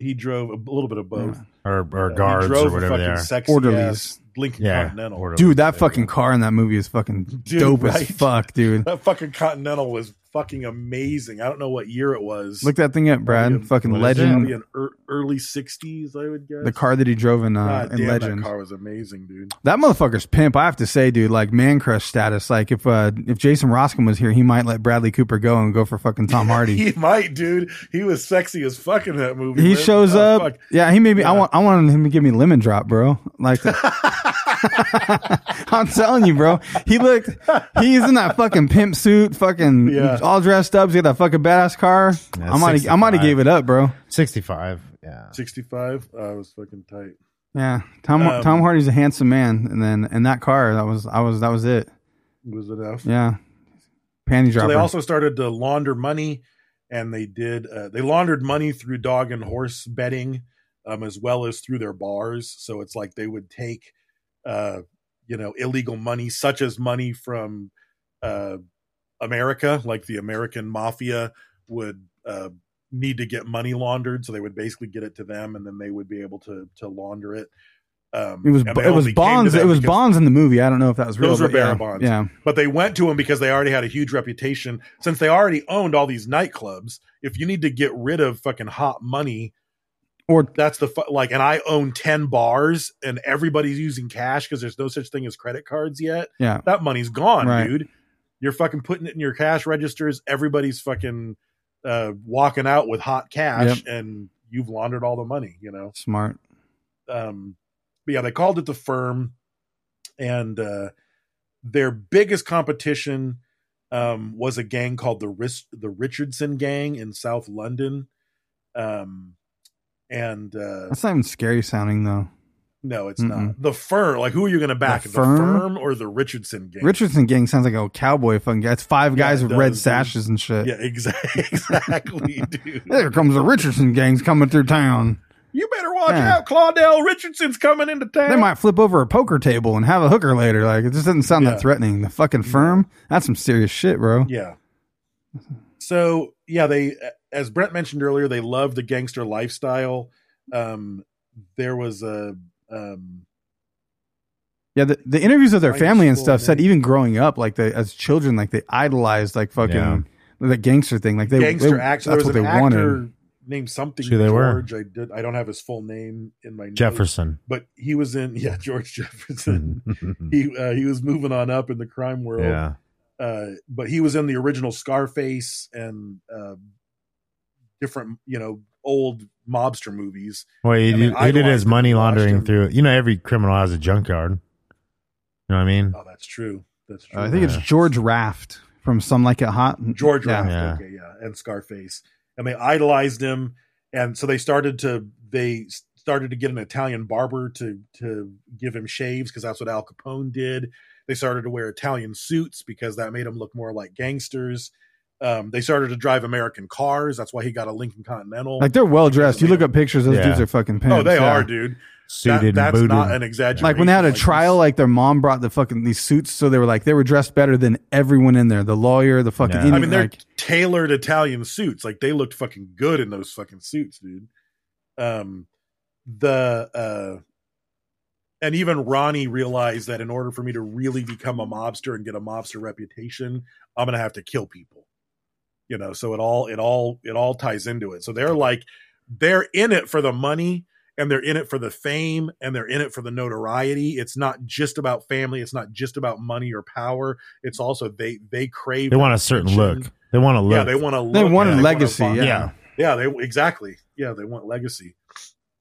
he drove a little bit of both.
or, or
He
guards
drove
or
a
whatever they
fucking
are.
Sexy
Orderlies.
ass Lincoln
Yeah,
Continental.
orderlies.
Dude, that fucking car in that movie is fucking
Dude,
dope as
right?
fuck,
<laughs>
dude.
That fucking Continental was fucking amazing. I don't know what year it was.
Look that thing up, Brad.
Probably a-
fucking
what is
legend.
probably an ear- early '60s, I would guess.
The car that he drove in, uh,
God
in
damn,
Legend.
that
That,
car was amazing, dude. <laughs>
motherfucker's pimp. I have to say, dude. Like man crush status. Like if uh, if Jason Roskin was here, he might let Bradley Cooper go and go for
<laughs>
fucking Tom Hardy.
He might, dude. He was sexy as fuck in that movie.
he
man.
shows
Oh,
up.
fuck.
Yeah, he made me. I want. I wanted him to give me lemon drop, bro.
<laughs>
Like, <laughs> I'm telling you, bro. He looked. He's in that fucking pimp suit, fucking
Yeah.
all dressed up. He got that fucking badass car.
Yeah,
I might. I might have
65.
gave it up, bro.
65. Yeah.
65. I was fucking tight.
Yeah, Tom
Um,
Tom Hardy's a handsome man, and then in that car, that was I was that was it.
Was enough.
Yeah, panty
So
dropper.
they also started to launder money, and they did. Uh, they laundered money through dog and horse betting, um, as well as through their bars. So it's like they would take, uh, you know, illegal money, such as money from uh, America, like the American mafia would uh, need to get money laundered. So they would basically get it to them, and then they would be able to to launder it. Um,
it was
and they
it
only
was
came to
Bonds.
them
It was
because-
Bonds in the movie. I don't know if that was real.
those were
but yeah,
bearer bonds.
Yeah,
But they went to him because they already had a huge reputation. Since they already owned all these nightclubs, if you need to get rid of fucking hot money,
or
that's the fu- like. And I own ten bars, and everybody's using cash because there's no such thing as credit cards yet.
yeah,
That money's gone,
Right.
dude. You're fucking putting it in your cash registers. Everybody's fucking uh, walking out with hot cash, and you've laundered all the money. You know
smart.
um but yeah they called it the firm and uh their biggest competition um was a gang called the Ris- the Richardson gang in South London um and uh
That's not even scary sounding though.
no it's
Mm-mm.
not the firm like who are you going to back
The
the,
Firm?
firm? or the Richardson gang
Richardson gang sounds like a cowboy fucking guy. It's five
Yeah,
guys
it
with red
does, dude.
sashes and shit.
yeah exactly <laughs> exactly dude
<laughs> There comes the Richardson gangs coming through town.
you better watch
Yeah.
out Claudel Richardson's coming into town
They might flip over a poker table and have a hooker later. Like it just doesn't sound
Yeah.
that threatening. The fucking firm. That's some serious shit, bro.
Yeah. So yeah, they as Brent mentioned earlier, they love the gangster lifestyle. Um, there was a um,
Yeah, the, the interviews of their
Trying to
family and
school
stuff said
them.
even growing up, like they as children, like they idolized like fucking
Yeah.
the gangster thing. Like they
gangster
they,
actor. There
That's
was
what
an
they
actor
wanted.
named something
Sure they were.
George. I did. I don't have his full name in my notes,
Jefferson.
but he was in yeah George Jefferson. <laughs> he uh, he was moving on up in the crime world.
<laughs> yeah.
uh, but he was in the original Scarface and uh, different you know old mobster movies.
Well, he,
I mean,
did- he did
idolized
his
him,
money
watched
laundering
him.
through. You know, every criminal has a junkyard. You know what I mean?
Oh, that's true. That's true.
Uh, I think it's
Yeah.
George Raft from Some Like It Hot.
George
yeah.
Raft,
Yeah.
okay, yeah, and Scarface, and they idolized him, and so they started to they s- started to get an Italian barber to to give him shaves because that's what Al Capone did. They started to wear Italian suits because that made him look more like gangsters. Um, they started to drive American cars. That's why he got a Lincoln Continental.
Like they're well dressed. You look up pictures; those
Yeah.
dudes are fucking pimps.
oh, they
yeah.
are, dude. That-
Suited,
that's
booted.
not an exaggeration.
Like when they had a
this-
trial, like their mom brought the fucking these suits, so they were like they were dressed better than everyone in there. The lawyer, the fucking
Yeah.
Indian,
I mean, they're
like,
tailored Italian suits. Like they looked fucking good in those fucking suits, dude. Um, the uh, and even Ronnie realized that in order for me to really become a mobster and get a mobster reputation, I'm gonna have to kill people. You know, so it all it all it all ties into it. So they're like they're in it for the money and they're in it for the fame and they're in it for the notoriety. It's not just about family. It's not just about money or power. It's also they they crave.
They want a certain
attention.
look. They want to look.
Yeah, they want to. Look,
They want
yeah,
a
they
legacy.
wanna-
yeah.
Yeah.
yeah, they exactly. Yeah, they want legacy.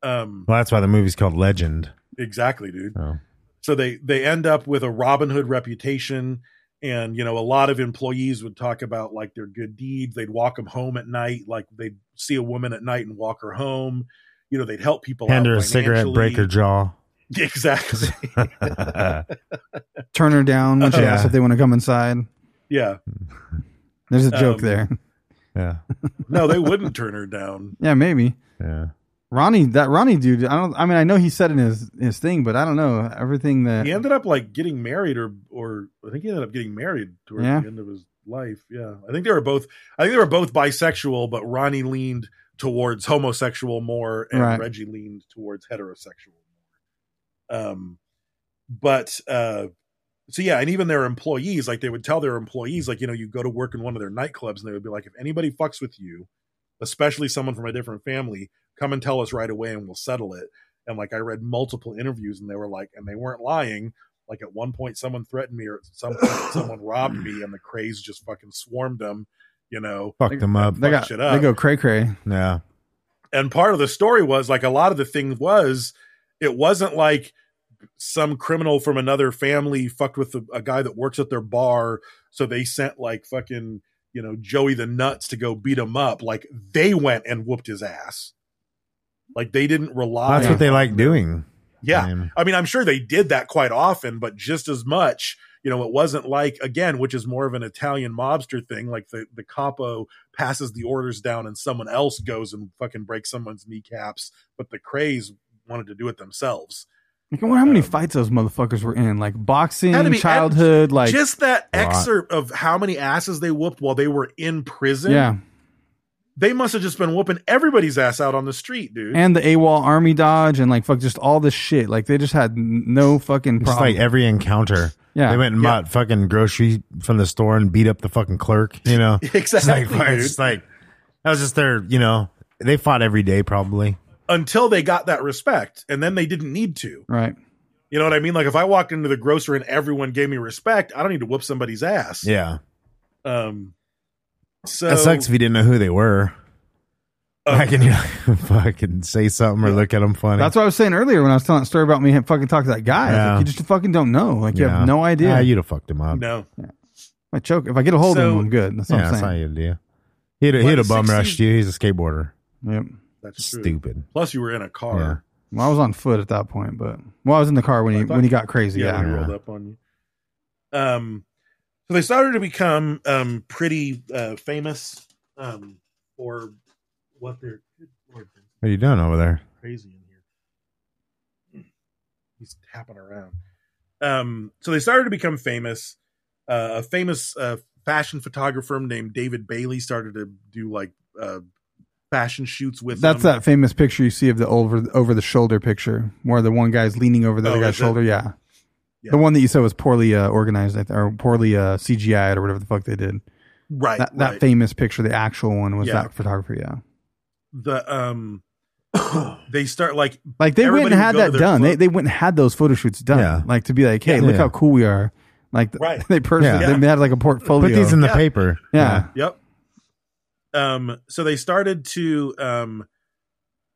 Um,
Well, that's why the movie's called Legend.
exactly, dude.
Oh.
So they they end up with a Robin Hood reputation, and you know a lot of employees would talk about like their good deeds. They'd walk them home at night, like they'd see a woman at night and walk her home. You know, they'd help people.
Hand
out
her a cigarette, break her
Oh, financially. <laughs>
jaw.
Exactly. <laughs>
Turn her down when she
<laughs> Yeah.
asks if they want to come inside.
Yeah.
There's a joke
Um,
there. <laughs>
yeah.
No, they wouldn't turn her down.
Yeah, maybe.
Yeah.
Ronnie, that Ronnie dude, I don't. I mean, I know he said in his his thing, but I don't know everything that.
He ended up like getting married, or or I think he ended up getting married toward
Yeah.
the end of his life. Yeah, I think they were both. I think they were both bisexual, but Ronnie leaned towards homosexual more, and
Right.
Reggie leaned towards heterosexual more. Um, but uh, so yeah, and even their employees, like they would tell their employees, like you know, you go to work in one of their nightclubs, and they would be like, if anybody fucks with you, especially someone from a different family, come and tell us right away, and we'll settle it. And like I read multiple interviews, and they were like, and they weren't lying. Like at one point, someone threatened me, or at some point, someone robbed me, and the craze just fucking swarmed them. You know,
Fucked them up.
they got
shit up.
they go cray cray.
yeah.
and part of the story was like a lot of the thing was it wasn't like some criminal from another family fucked with a, a guy that works at their bar so they sent like fucking you know joey the nuts to go beat him up like they went and whooped his ass like they didn't rely
That's what they like doing.
yeah
I mean,
I mean, I'm sure they did that quite often, but just as much, you know, it wasn't like again, which is more of an Italian mobster thing, like the the capo passes the orders down and someone else goes and fucking breaks someone's kneecaps, but the craze wanted to do it themselves.
Like, I wonder how many fights those motherfuckers were in, like boxing,
Had to be-
childhood, like
just that
A lot.
excerpt of how many asses they whooped while they were in prison.
yeah,
They must have just been whooping everybody's ass out on the street, dude.
and the AWOL Army Dodge, and like fuck, just all this shit. Like they just had n- no fucking
just
problem.
like every encounter.
Yeah.
They went and
Yeah.
bought fucking grocery from the store and beat up the fucking clerk, you know? It's
<laughs> exactly.
like, <laughs> it's
dude.
just like, that was just their, you know, they fought every day probably.
Until they got that respect, and then they didn't need to.
right?
You know what I mean? Like if I walked into the grocer and everyone gave me respect, I don't need to whoop somebody's ass.
Yeah.
Um. So
that sucks if you didn't know who they were.
Oh.
I can you know, <laughs> fucking say something or look at them funny.
That's what I was saying earlier when I was telling that story about me fucking talking to that guy. It's
Yeah.
Like, you just fucking don't know. Like you
Yeah.
have no idea.
Ah, you'd have fucked him up.
no.
I choke if I get a hold of
So-
him. I'm good. That's what
yeah,
I'm
that's not
saying.
your deal. He'd, he'd have bum
16
rushed you. He's a skateboarder.
Yep.
That's true.
Stupid.
Plus, you were in a car.
Well, I was on foot at that point, but well, I was in the car when he when he got crazy.
Yeah,
Yeah.
they rolled up on you. Um. So they started to become um pretty uh famous um for what they're good lord, they're
What are you doing over there?
crazy in here. He's tapping around. Um, so they started to become famous. Uh, a famous uh, fashion photographer named David Bailey started to do like uh, fashion shoots with.
That's
them.
that famous picture you see of the over over the shoulder picture, where the one guy's leaning over the
Oh,
other guy's
is it?
shoulder. Yeah.
Yeah.
the one that you said was poorly uh, organized I th- or poorly uh, CGI or whatever the fuck they did.
right.
That that
right.
famous picture, the actual one, was
Yeah.
that photography. Yeah,
the um, <coughs> they start like
like they
Everybody
went and
would
had
go to
that
their
done.
clo-
They they went and had those photo shoots done.
Yeah.
Like to be like, hey,
Yeah.
look
Yeah.
how cool we are. Like <laughs> th-
Right.
they personally
Yeah.
they had like a portfolio.
Put these in the
Yeah.
paper.
yeah.
Yep. Um, so they started to um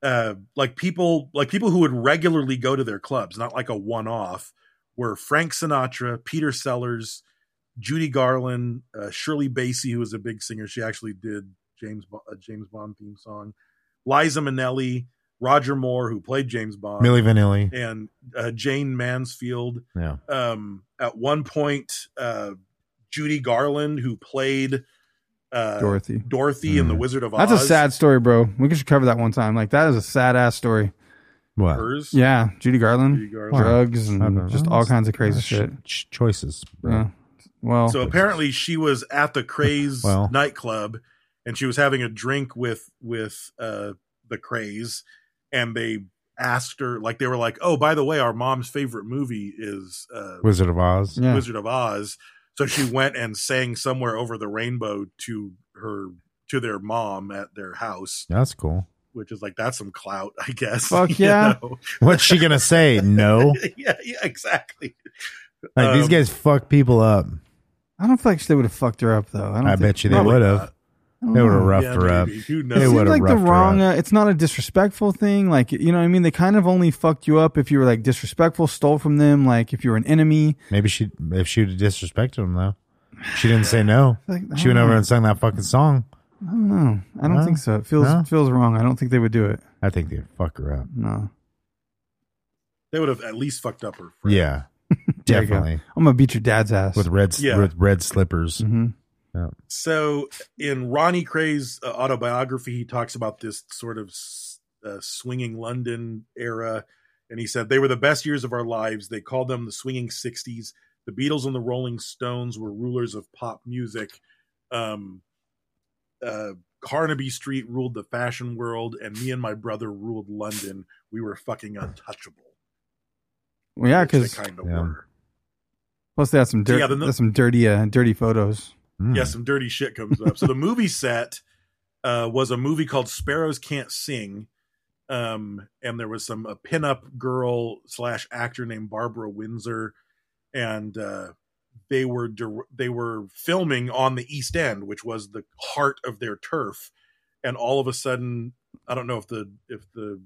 uh like people like people who would regularly go to their clubs, not like a one off, were Frank Sinatra, Peter Sellers, Judy Garland, uh, Shirley Bassey, who was a big singer. She actually did James Bo- a James Bond theme song. Liza Minnelli, Roger Moore, who played James Bond,
Millie Vanilli.
and uh, Jane Mansfield
Yeah.
um at one point uh Judy Garland who played uh
Dorothy. Mm.
Dorothy in the Wizard of Oz
That's a sad story, bro. We should cover that one time. Like that is a sad ass story.
What?
hers.
Yeah, Judy Garland,
Judy Garland.
drugs
I don't know.
and just all kinds of crazy
Ch-
shit.
ch- choices, bro.
Yeah. Well,
So apparently she was at the Craze
Well.
nightclub and she was having a drink with with uh the Craze and they asked her like they were like, "Oh, by the way, our mom's favorite movie is uh
Wizard of Oz.
yeah.
Wizard of Oz. So she went and sang somewhere over the rainbow to her to their mom at their house.
That's cool.
which is like that's some clout, I guess. <laughs>
Fuck
you
yeah.
know?
What's she gonna say?
<laughs>
No,
yeah, yeah, exactly.
like these
Um,
guys fuck people up.
I don't feel like they would have fucked her up though. I, don't
I
think,
bet you they
Probably
would have.
I don't
They would have
know.
roughed
Yeah,
her up.
maybe. Who
They
knows?
It
would
seemed
have
like
roughed
the
her
wrong.
up.
Uh, it's not a disrespectful thing. Like you know, what I mean, they kind of only fucked you up if you were like disrespectful, stole from them. Like if you were an enemy.
Maybe she if she would have disrespected him though. She didn't say no.
<sighs> Like, I
She went
don't
over
know.
and sung that fucking song.
I don't know. I don't
No.
think so. It feels
No.
feels wrong. I don't think they would do it.
I think they'd fuck her up.
No.
They would have at least fucked up her. friend.
Yeah,
<laughs> There you go.
definitely
I'm gonna beat your dad's ass.
with red s-
Yeah.
with red slippers.
hmm
So in Ronnie Cray's uh, autobiography, he talks about this sort of s- uh, swinging London era, and he said they were the best years of our lives. They called them the swinging '60s. The Beatles and the Rolling Stones were rulers of pop music. Um, uh, Carnaby Street ruled the fashion world, and me and my brother ruled London. We were fucking untouchable.
Well, yeah,
which they
because
kind of
Yeah.
were.
plus they had some
So,
dirty,
yeah, then the-
some dirty, uh, dirty photos.
Mm.
yeah, some dirty shit comes up. So the movie set uh, was a movie called Sparrows Can't Sing, um, and there was some a pinup girl slash actor named Barbara Windsor, and uh, they were dir- they were filming on the East End, which was the heart of their turf, and all of a sudden, I don't know if the if the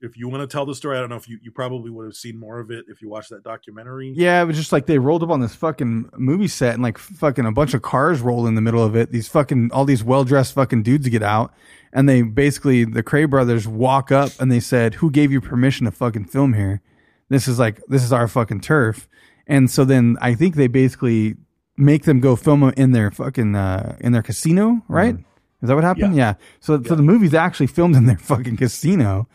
if you want to tell the story, I don't know if you you probably would have seen more of it if you watched that documentary.
Yeah, it was just like they rolled up on this fucking movie set and like fucking a bunch of cars roll in the middle of it. These fucking all these well dressed fucking dudes get out and they basically the Cray brothers walk up and they said, "Who gave you permission to fucking film here? This is like this is our fucking turf." And so then I think they basically make them go film in their fucking uh, in their casino, right?
Mm-hmm.
Is that what happened? Yeah. So so the movie's actually filmed in their fucking casino.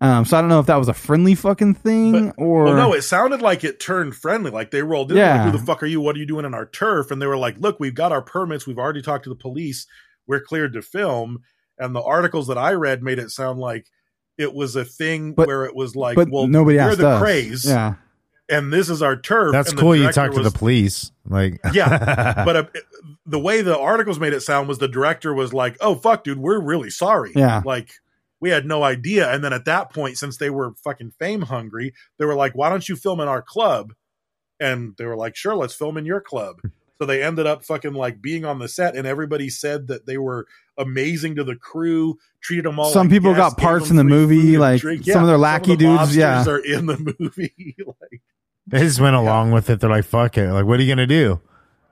Um, so I don't know if that was a friendly fucking thing
But-
Mm, or
well, no, it sounded like it turned friendly. Like they rolled in,
Yeah.
like, who the fuck are you? What are you doing in our turf? And they were like, look, we've got our permits. We've already talked to the police. We're cleared to film. And the articles that I read made it sound like it was a thing
But-
where it was like,
but
well,
nobody
we're
asked
the
us.
craze,
Yeah.
and this is our turf.
That's
And the
cool. You
director
talk to
was-
the police. Like, <laughs>
yeah, but uh the way the articles made it sound was the director was like, "Oh fuck, dude, we're really sorry."
Yeah.
like we had no idea. And then at that point, since they were fucking fame hungry, they were like, "Why don't you film in our club?" And they were like, "Sure, let's film in your club."
Hmm.
So they ended up fucking like being on the set, and everybody said that they were amazing to the crew, treated them all.
Some
like
people
guests,
got
gave
parts
them
in the
free
movie,
food and
like,
drink.
some of their lackey
the
dudes, yeah.
mobsters are in the <laughs> movie. like,
they just went along with it. They're like, "Fuck it!" Like, what are you gonna do?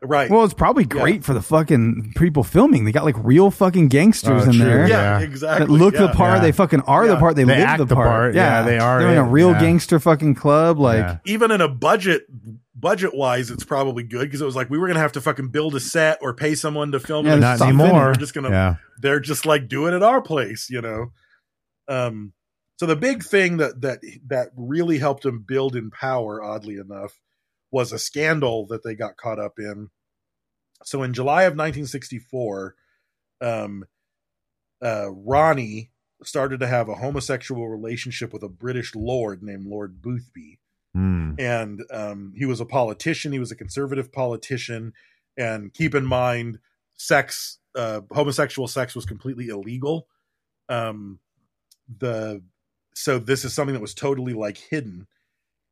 right?
Well, it's probably great for the fucking people filming. They got like real fucking gangsters
Oh,
in
true.
there.
yeah,
yeah.
exactly.
That look
yeah.
the part.
Yeah.
They fucking are the
Yeah.
part. They,
They
live
act
the
the
part.
part. Yeah, they are
They're in a
it.
real
Yeah.
gangster fucking club. Like,
Yeah.
even in a budget budget wise, it's probably good because it was like we were gonna have to fucking build a set or pay someone to film
Yeah,
it. and
there's
Not
something.
stuff.
anymore.
They're just gonna
Yeah.
they're just like do it at our place, you know. Um so the big thing that that that really helped him build in power, oddly enough, was a scandal that they got caught up in. So in July of 1964, um, uh, Ronnie started to have a homosexual relationship with a British lord named Lord Boothby
Mm.
and um, he was a politician. He was a conservative politician, and keep in mind, sex, uh, homosexual sex, was completely illegal. Um, the so this is something that was totally like hidden,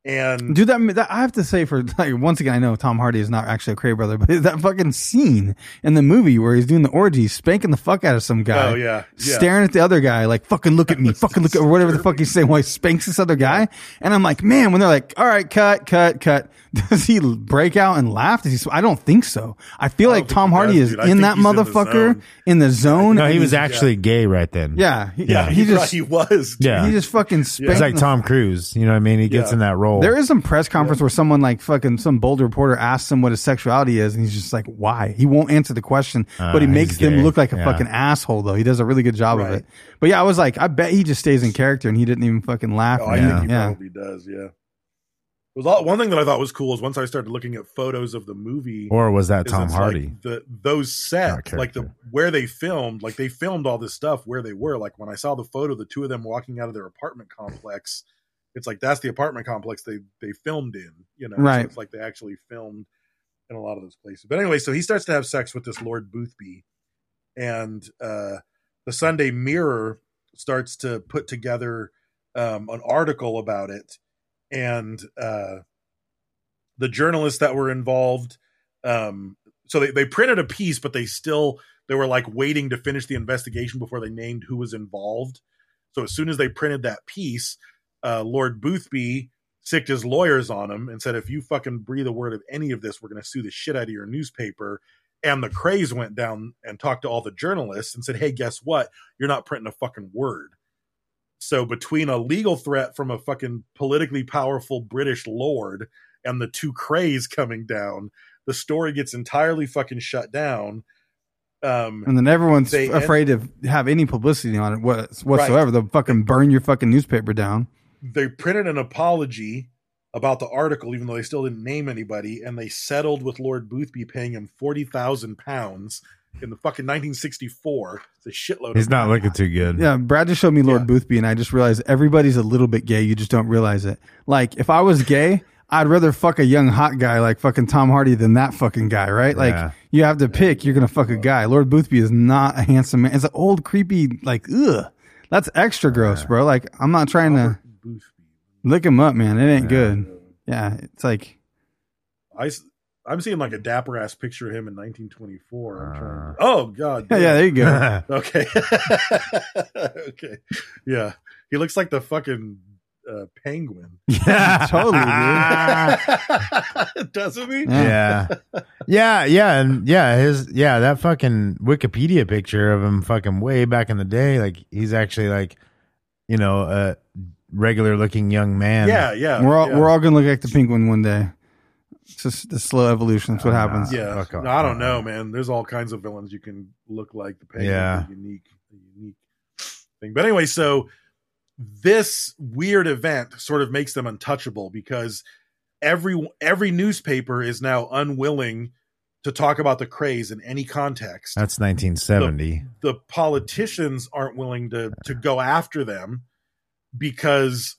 and
dude, that, that I have to say for <laughs> like once again, I know Tom Hardy is not actually a Cray brother, but <laughs> that fucking scene in the movie where he's doing the orgy, spanking the fuck out of some guy.
oh yeah, yeah.
staring at the other guy, like fucking look at me, fucking look at or whatever the fuck he's saying while he spanks this other guy. And I'm like, man, when they're like, all right, cut, cut, cut, <laughs> does he break out and laugh? Does he? sw- I don't think so. I feel like
think
Tom
he
Hardy
does,
is
dude. I
in
think
that
he's in the
motherfucker
zone.
in the zone.
No, he
and
was
he's-
actually gay right then.
yeah,
<laughs>
he,
yeah,
yeah,
he,
he
thought
just
he was, dude.
Yeah.
he just fucking spanked.
It's like
the-
Tom Cruise. You know what I mean? He gets
Yeah.
in that role.
There is some press conference where someone like fucking some bold reporter asks him what his sexuality is, and he's just like, "Why?" He won't answer the question, but he
Ah, he's
makes them
gay.
look like a
Yeah.
fucking asshole. Though he does a really good job of
Right.
it. But yeah, I was like, I bet he just stays in character, and he didn't even fucking laugh.
Oh,
or
I
anything.
think he
yeah.
probably does. Yeah. It was all, one thing that I thought was cool is once I started looking at photos of the movie,
or was that
is
Tom
it's
Hardy?
Like the those sets,
Not
like the
character.
where they filmed, like they filmed all this stuff where they were. Like when I saw the photo, of the two of them walking out of their apartment complex, it's like that's the apartment complex they they filmed in. You know, So
Right.
it's like they actually filmed in a lot of those places. But anyway, so he starts to have sex with this Lord Boothby, and uh, the Sunday Mirror starts to put together um, an article about it, and uh, the journalists that were involved. Um, so they, they printed a piece, but they still they were like waiting to finish the investigation before they named who was involved. So as soon as they printed that piece, uh, Lord Boothby sicked his lawyers on him and said, "If you fucking breathe a word of any of this, we're going to sue the shit out of your newspaper." And the craze went down and talked to all the journalists and said, "Hey, guess what? You're not printing a fucking word." So between a legal threat from a fucking politically powerful British lord and the two craze coming down, the story gets entirely fucking shut down. Um,
And then everyone's
They-
afraid to have any publicity on it what- whatsoever. They'll fucking burn your fucking newspaper down.
they printed an apology about the article, even though they still didn't name anybody, and they settled with Lord Boothby paying him forty thousand pounds in the fucking nineteen sixty four. It's a shitload.
He's
of
not
money.
looking too good.
Yeah, Brad just showed me Lord
Yeah.
Boothby, and I just realized everybody's a little bit gay. You just don't realize it. Like, if I was gay, <laughs> I'd rather fuck a young hot guy like fucking Tom Hardy than that fucking guy, right? Like,
Yeah.
you have to pick. You're gonna fuck a guy. Lord Boothby is not a handsome man. It's an old, creepy, like, ugh. That's extra gross, bro. Like, I'm not trying to look him up, man. It ain't good. Yeah, it's like
I, am seeing like a dapper ass picture of him in nineteen twenty four. trying Oh god.
Uh. <laughs> yeah, yeah. There you go.
<laughs>
<laughs>
Okay. okay. Yeah. He looks like the fucking uh, penguin,
totally, dude. Ah.
<laughs> doesn't he?
<laughs> yeah yeah yeah and yeah his yeah that fucking wikipedia picture of him fucking way back in the day like he's actually like you know a regular looking young man
Yeah. Yeah.
We're all
yeah.
we're all gonna look like the penguin one day. It's just the slow evolution.
Oh,
That's what happens.
Yeah,
Fuck off. Uh-uh.
No, I don't know, man. There's all kinds of villains you can look like. The penguin,
Yeah.
the unique, the unique thing. But anyway, so this weird event sort of makes them untouchable because every every newspaper is now unwilling to talk about the craze in any context.
that's 1970
the politicians aren't willing to to go after them because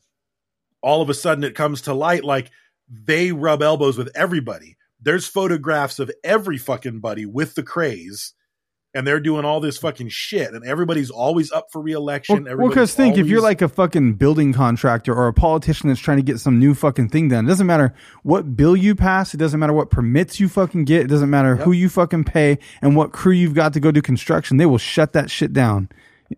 all of a sudden it comes to light like they rub elbows with everybody there's photographs of every fucking buddy with the craze and they're doing all this fucking shit and everybody's always up for reelection
Well,
Everybody's
because think if you're
always-
like a fucking building contractor or a politician that's trying to get some new fucking thing done, it doesn't matter what bill you pass, it doesn't matter what permits you fucking get, it doesn't matter who you fucking pay and what crew you've got to go do construction, they will shut that shit down.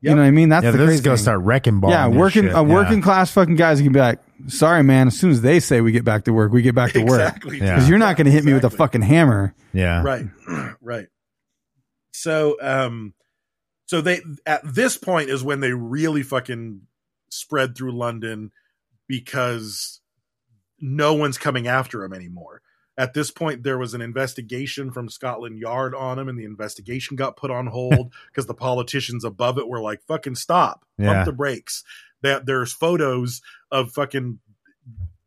You know what I mean? That's
yeah
the
this is
crazy
gonna
thing.
start wrecking ball
Yeah, working a working class fucking guys can be like, sorry man, as soon as they say we get back to work,
<laughs>
we get back to work
exactly
Yeah.
because you're not going to hit me with a
Exactly.
fucking hammer.
yeah
right <clears throat> right so um so they at this point is when they really fucking spread through london because no one's coming after him anymore at this point there was an investigation from scotland yard on him and the investigation got put on
<laughs>
hold because the politicians above it were like fucking stop
Yeah.
pump the brakes that there's photos of fucking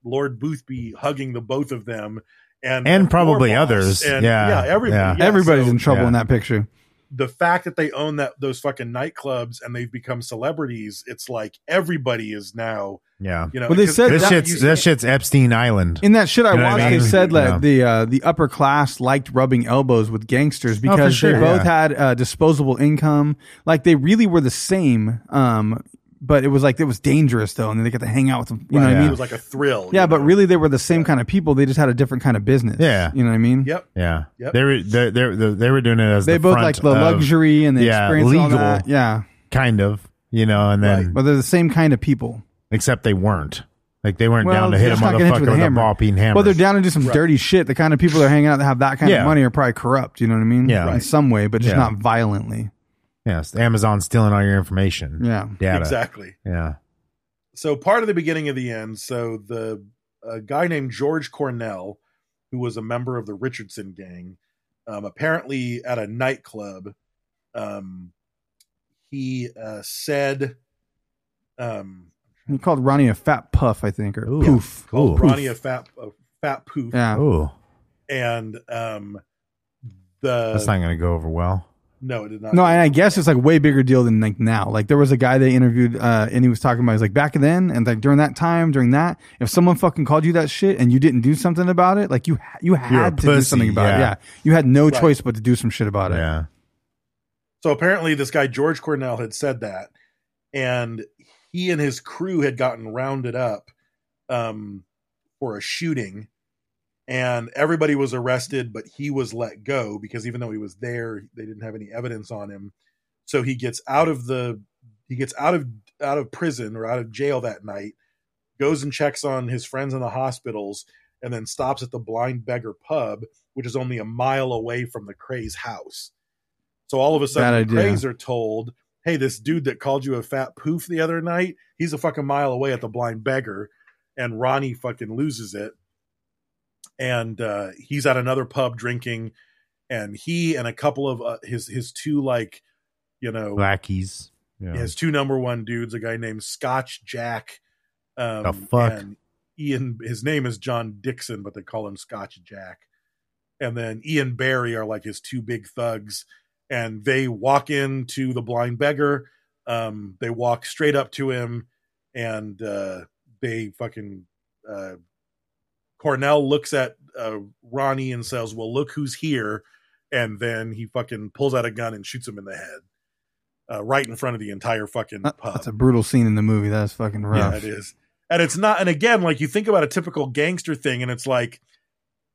lord boothby hugging the both of them and
And
floor
probably
boss
others.
and,
Yeah.
yeah everybody
Yeah.
yeah,
Everybody's
so
in trouble
yeah.
in that picture.
the fact that they own that those fucking nightclubs and they've become celebrities it's like everybody is now
yeah
you know
Well, they
because
said
this
that-
shit's this shit's epstein island
In that shit I
You know what I
watched,
mean?
they said that
Yeah.
the uh, the upper class liked rubbing elbows with gangsters because
Oh, sure,
they both
yeah.
had uh, disposable income. Like they really were the same, um, but it was like it was dangerous though, and then they got to hang out with them. You know what
yeah.
I
it
mean?
was like a thrill
yeah,
you
but
know?
really they were the same kind of people. They just had a different kind of business.
Yeah.
you know what I mean?
yep
yeah
Yep.
they were they they they were doing it as
They
the
both
front
like the
of-
luxury and the
yeah,
experience. and all
legal.
that. Yeah,
kind of you know and then
but they're the same kind of people.
except they weren't like they weren't
Well,
down to
they're
hit a
just not gonna
motherfucker
hit you
with, a ball peen hammer
Well, they're down to do some dirty shit. The kind of people that are hanging out that have that kind
Yeah.
of money are probably corrupt. You know what I mean?
Yeah.
in
Right.
some way, but just
Yeah.
not violently.
Yes, Amazon stealing all your information.
Yeah.
data.
exactly
Yeah,
so part of the beginning of the end so the a guy named george cornell who was a member of the richardson gang um, apparently at a nightclub um, he uh, said um,
He called Ronnie a fat puff, I think, or
Ooh.
poof.
Ooh.
ronnie a fat a fat poof
Yeah.
Ooh,
and um the
that's not going to go over well.
no it did not
No, and I guess it's like way bigger deal than like now. Like there was a guy they interviewed, uh, and he was talking about he's like back then, and like during that time, during that, if someone fucking called you that shit and you didn't do something about it, like you ha- you
You're a
had to do
pussy,
something about it.
yeah.
Yeah, you had no
Right.
choice but to do some shit about it.
Yeah,
so apparently this guy george cornell had said that and he and his crew had gotten rounded up um, for a shooting, and everybody was arrested, but he was let go because even though he was there, they didn't have any evidence on him. So he gets out of the he gets out of out of prison or out of jail that night, goes and checks on his friends in the hospitals, and then stops at the Blind Beggar Pub, which is only a mile away from the Craze house. So all of a
Bad
sudden, the
idea.
Craze are told, "Hey, this dude that called you a fat poof the other night, he's a fucking mile away at the Blind Beggar," and Ronnie fucking loses it, and uh, he's at another pub drinking, and he and a couple of uh, his his two like, you know,
Blackies. Yeah.
he has two number one dudes, a guy named Scotch Jack. Um,
The fuck?
And Ian, his name is John Dixon, but they call him Scotch Jack. And then Ian Barry are like his two big thugs, and they walk into the blind beggar. Um, they walk straight up to him, and uh, they fucking. Uh, Cornell looks at uh, Ronnie and says, "Well, look who's here," and then he fucking pulls out a gun and shoots him in the head, uh, right in front of the entire fucking
That-
pub.
that's a brutal scene in the movie. That's fucking
Yeah,
rough.
it is. And it's not, and again, like you think about a typical gangster thing, and it's like,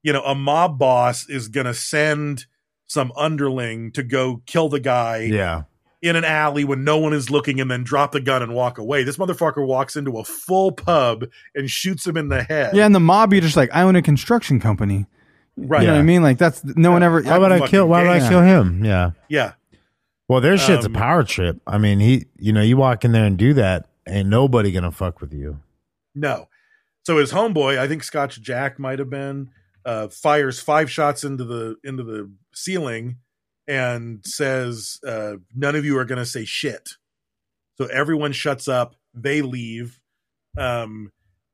you know, a mob boss is going to send some underling to go kill the guy
Yeah.
in an alley when no one is looking and then drop the gun and walk away. This motherfucker walks into a full pub and shoots him in the head.
Yeah, and the mob, you're just like, I own a construction company.
Right.
You know what I
Yeah.
mean? Like that's no one ever.
Why would I
fucking
kill? Why would I
gay.
kill him? Yeah.
Yeah.
Well, their shit's
Um,
a power trip. I mean, he, you know, you walk in there and do that, ain't nobody gonna fuck with you.
No. So his homeboy, I think Scotch Jack might have been, uh, fires five shots into the into the ceiling and says, uh, none of you are gonna say shit. So everyone shuts up, they leave. Um,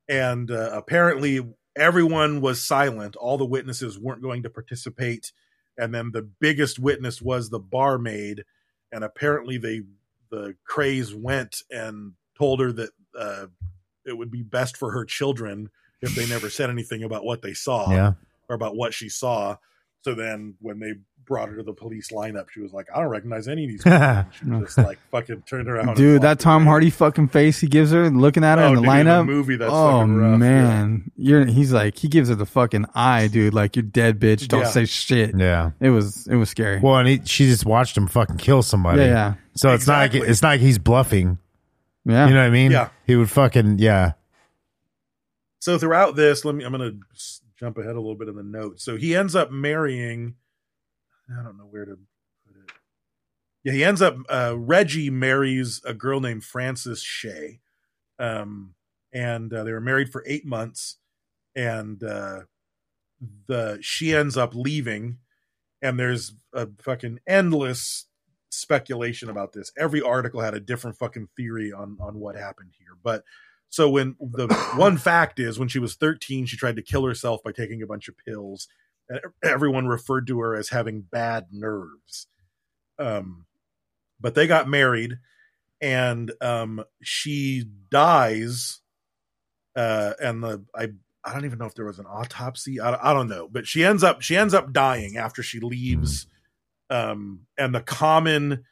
and uh, apparently everyone was silent. All the witnesses weren't going to participate. And then the biggest witness was the barmaid, and apparently they the craze went and told her that uh it would be best for her children if they never said anything about what they
Oh.
saw
Yeah.
or about what she saw. So then when they brought her to the police lineup, she was like, I don't recognize any of these people.
<laughs>
And she just like fucking turned around. and
Dude, that
walked
Tom
away.
Hardy fucking face he gives her, looking at her
Oh,
in the
dude,
lineup.
in the movie, that's
oh
fucking rough, yeah.
man, you're he's like he gives her the fucking eye, dude. Like you're dead, bitch. Don't
Yeah.
say shit.
Yeah.
It was it was scary.
Well, and he, she just watched him fucking kill somebody.
Yeah, yeah.
So it's not
Exactly.
like it's not like he's bluffing.
yeah,
You know what I mean?
Yeah.
He would fucking yeah.
So throughout this, let me, I'm going to jump ahead a little bit in the notes. So he ends up marrying, I don't know where to put it. Yeah, he ends up, uh, Reggie marries a girl named Frances Shea. Um, and uh, they were married for eight months. And uh, the she ends up leaving. And there's a fucking endless speculation about this. Every article had a different fucking theory on on what happened here. But so when the one fact is when she was 13, she tried to kill herself by taking a bunch of pills, and everyone referred to her as having bad nerves. Um, but they got married, and um, she dies. Uh, and the I I don't even know if there was an autopsy. I, I don't know, but she ends up she ends up dying after she leaves. Um, and the common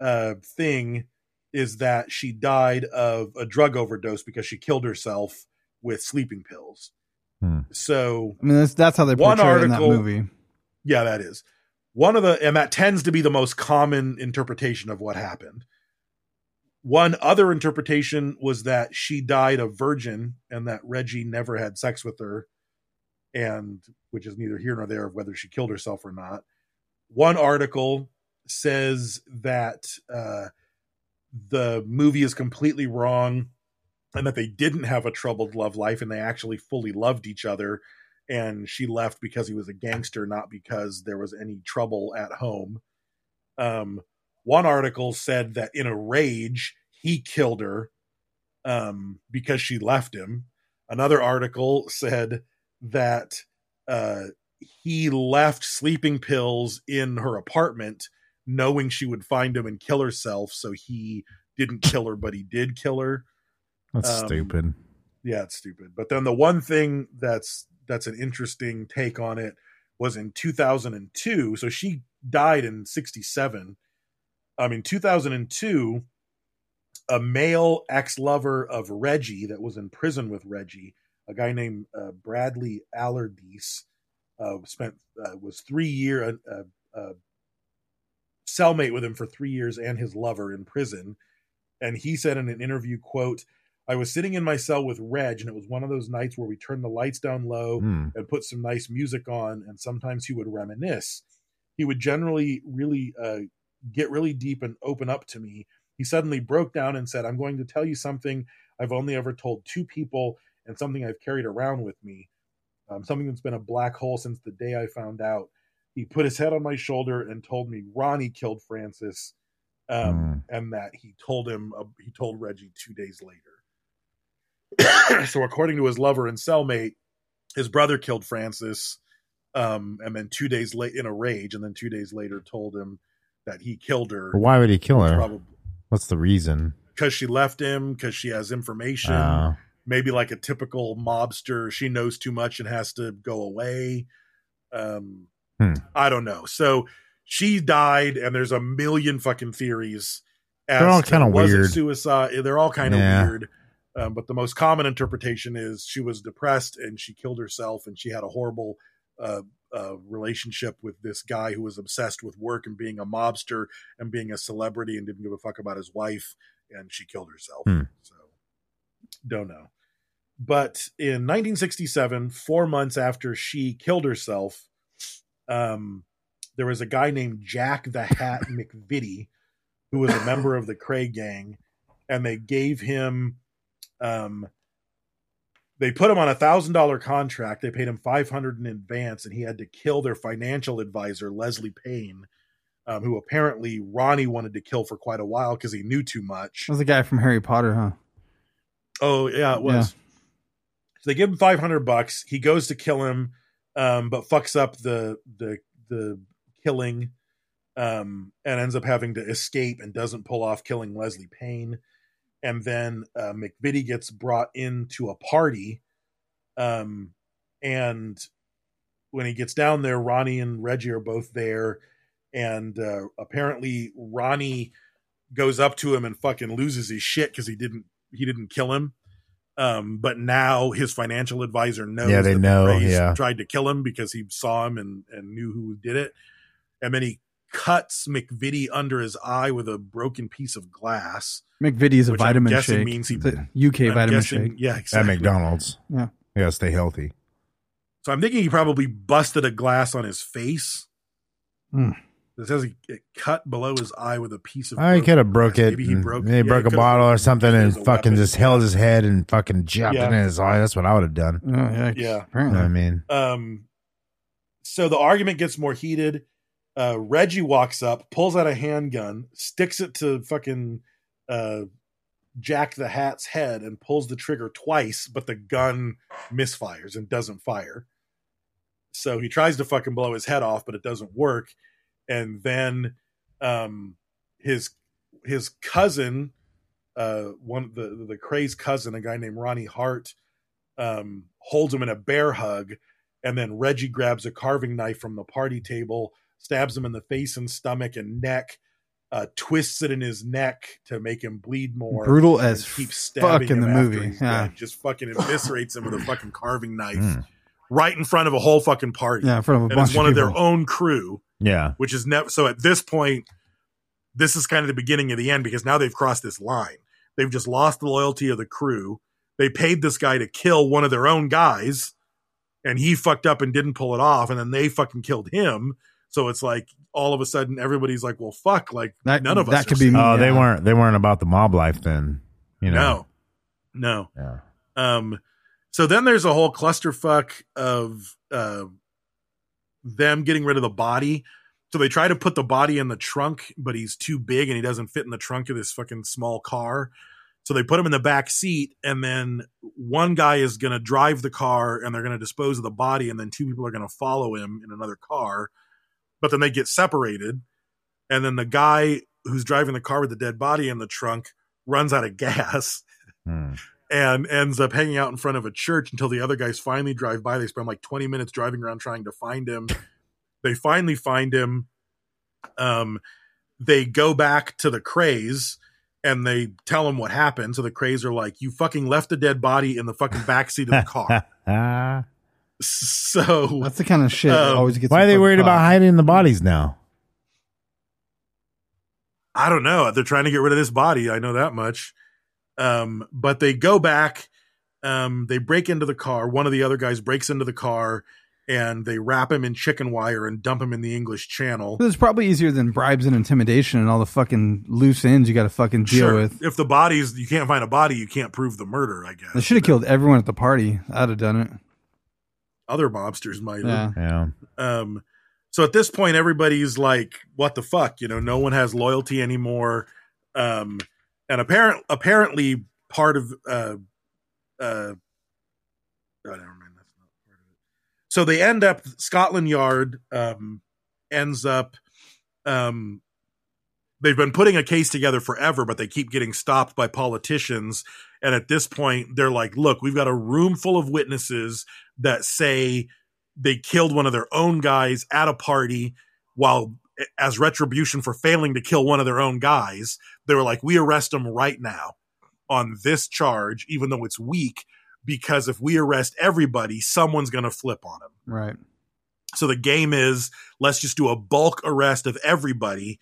uh thing is that she died of a drug overdose because she killed herself with sleeping pills.
Hmm.
So
I mean that's that's how they
One
portray it in that
article-
movie.
yeah, that is one of the, and that tends to be the most common interpretation of what happened. One other interpretation was that she died a virgin and that Reggie never had sex with her, and which is neither here nor there of whether she killed herself or not. One article says that uh, the movie is completely wrong and that they didn't have a troubled love life and they actually fully loved each other and she left because he was a gangster, not because there was any trouble at home. Um, one article said that in a rage, he killed her um, because she left him. Another article said that uh, he left sleeping pills in her apartment, knowing she would find him and kill herself. So he didn't kill her, but he did kill her
That's
Um,
stupid.
yeah it's stupid but then the one thing that's that's an interesting take on it was in 2002 so she died in 67 um in 2002 a male ex lover of Reggie that was in prison with Reggie, a guy named uh, Bradley Allardyce, uh, spent uh, was three year uh, uh, cellmate with him for three years and his lover in prison, and he said in an interview, "quote I was sitting in my cell with Reg, and it was one of those nights where we turned the lights down
oh.
low."
Hmm.
and put some nice music on and sometimes he would reminisce he would generally really uh, get really deep and open up to me he suddenly broke down and said i'm going to tell you something i've only ever told two people and something i've carried around with me um, something that's been a black hole since the day i found out he put his head on my shoulder and told me ronnie killed francis um, and that he told him uh, he told reggie two days later so according to his lover and cellmate his brother killed Francis, um, and then two days late in a rage, and then two days later told him that he killed her.
But why would he kill her?
Probably
What's the reason?
because she left him because she has information.
Uh,
Maybe like a typical mobster, she knows too much and has to go away. Um,
Hmm.
I don't know. So she died, and there's a million fucking theories. As
They're all
to
kinda
was it
weird.
Suicide. They're all kind of
Yeah.
weird. Um, but the most common interpretation is she was depressed and she killed herself, and she had a horrible uh, uh, relationship with this guy who was obsessed with work and being a mobster and being a celebrity and didn't give a fuck about his wife, and she killed herself.
Hmm.
So, don't know. But in 1967, four months after she killed herself, um, there was a guy named Jack the Hat McVitie who was a member of the Cray gang, and they gave him, um, they put him on a thousand dollar contract. They paid him five hundred in advance, and he had to kill their financial advisor Leslie Payne, um, who apparently Ronnie wanted to kill for quite a while because he knew too much.
That was the guy from Harry Potter, huh?
Oh yeah, it was. So they give him five hundred bucks. He goes to kill him, um, but fucks up the the the killing, um, and ends up having to escape and doesn't pull off killing Leslie Payne. And then uh, McVitie gets brought into a party, um, and when he gets down there, Ronnie and Reggie are both there, and uh, apparently Ronnie goes up to him and fucking loses his shit because he didn't he didn't kill him. Um, but now his financial advisor knows.
Yeah, they
that the
know,
Rays
yeah.
tried to kill him because he saw him and and knew who did it. And then he cuts McVitie under his eye with a broken piece of glass.
McVitie's a
Which I'm
vitamin
guessing
shake.
means he-
It's a UK
I'm
vitamin
guessing-
shake.
Yeah,
at
exactly.
McDonald's.
Yeah.
Yeah, stay healthy.
So I'm thinking he probably busted a glass on his face.
Hmm.
It says he it cut below his eye with a piece of.
I
broken
could have broke
glass.
it.
Maybe he broke.
They
yeah,
broke
he
a
could've
bottle or
used it
something
as
and
a
fucking
weapon.
just held his head and fucking jabbed
Yeah.
it in his eye. That's what I would have done.
Oh, yikes.
Yeah.
You know what I
Apparently.
mean,
Um, so the argument gets more heated. Uh, Reggie walks up, pulls out a handgun, sticks it to fucking uh, Jack the Hat's head, and pulls the trigger twice, but the gun misfires and doesn't fire. So he tries to fucking blow his head off, but it doesn't work. And then um, his his cousin, uh, one the the crazed cousin, a guy named Ronnie Hart, um, holds him in a bear hug, and then Reggie grabs a carving knife from the party table, stabs him in the face and stomach and neck, uh, twists it in his neck to make him bleed more.
Brutal
and
as
keeps
fuck
stabbing
in the
him after
movie.
he's
Yeah. Hmm.
dead, just fucking eviscerates him with a fucking carving knife
Mm.
right in front of a whole fucking party.
Yeah, in front of a
and it's
bunch
one
of
of
people.
their own crew
yeah,
which is never so at this point this is kind of the beginning of the end because now they've crossed this line they've just lost the loyalty of the crew they paid this guy to kill one of their own guys and he fucked up and didn't pull it off and then they fucking killed him so it's like all of a sudden everybody's like well fuck like
That-
none of us
that could
are
be
safe.
me.
Oh, they
Yeah.
weren't. They weren't about the mob life then. You know.
no no
No.
Um, so then there's a whole clusterfuck of uh, them getting rid of the body. So they try to put the body in the trunk, but he's too big and he doesn't fit in the trunk of this fucking small car. So they put him in the back seat, and then one guy is going to drive the car and they're going to dispose of the body, and then two people are going to follow him in another car. But then they get separated, and then the guy who's driving the car with the dead body in the trunk runs out of <laughs> gas
Hmm.
and ends up hanging out in front of a church until the other guys finally drive by. They spend like 20 minutes driving around trying to find him. They finally find him. Um, they go back to the craze and they tell him what happened. So the crays are like, "You fucking left a dead body in the fucking backseat of
Hmm.
the
<laughs>
car."
Ah.
so
That's the kind of shit that
Um,
always gets.
Why are
me
they
fucking
worried about
caught.
hiding the bodies now?
I don't know. They're trying to get rid of this body. I know that much. Um, but they go back. Um, they break into the car. One of the other guys breaks into the car, and they wrap him in chicken wire and dump him in the English Channel.
This is probably easier than bribes and intimidation and all the fucking loose ends you got to fucking deal with.
If the bodies, you can't find a body, you can't prove the murder. I
They
guess
should have killed everyone at the party. I'd have done it.
other mobsters might. have.
Yeah.
Yeah.
Um, so at this point, everybody's like, "What the fuck?" You know, no one has loyalty anymore. Um, and apparent apparently part of uh, uh, oh, never mind, that's not part of it. So they end up Scotland Yard um, ends up um, they've been putting a case together forever, but they keep getting stopped by politicians. And at this point, they're like, "Look, we've got a room full of witnesses that say." they killed one of their own guys at a party while as retribution for failing to kill one of their own guys they were like we arrest them right now on this charge even though it's weak because if we arrest everybody someone's going to flip on him
Right.
so the game is let's just do a bulk arrest of everybody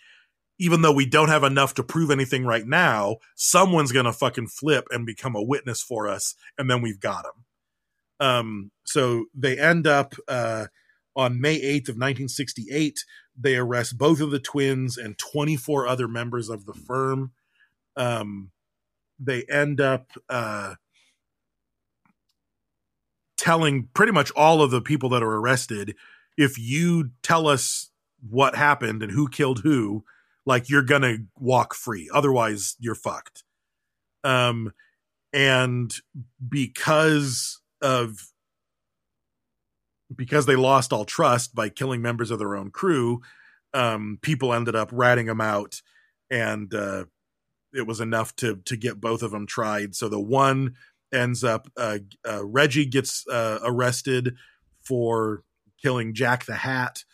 even though we don't have enough to prove anything right now someone's going to fucking flip and become a witness for us and then we've got him um, so they end up uh, on May 8th of 1968. They arrest both of the twins and 24 other members of the firm. Um, they end up uh, telling pretty much all of the people that are arrested, if you tell us what happened and who killed who, like you're gonna walk free. Otherwise, you're fucked. Um, and because of because they lost all trust by killing members of their own crew um people ended up ratting them out and uh it was enough to to get both of them tried so the one ends up uh, uh reggie gets uh arrested for killing jack the hat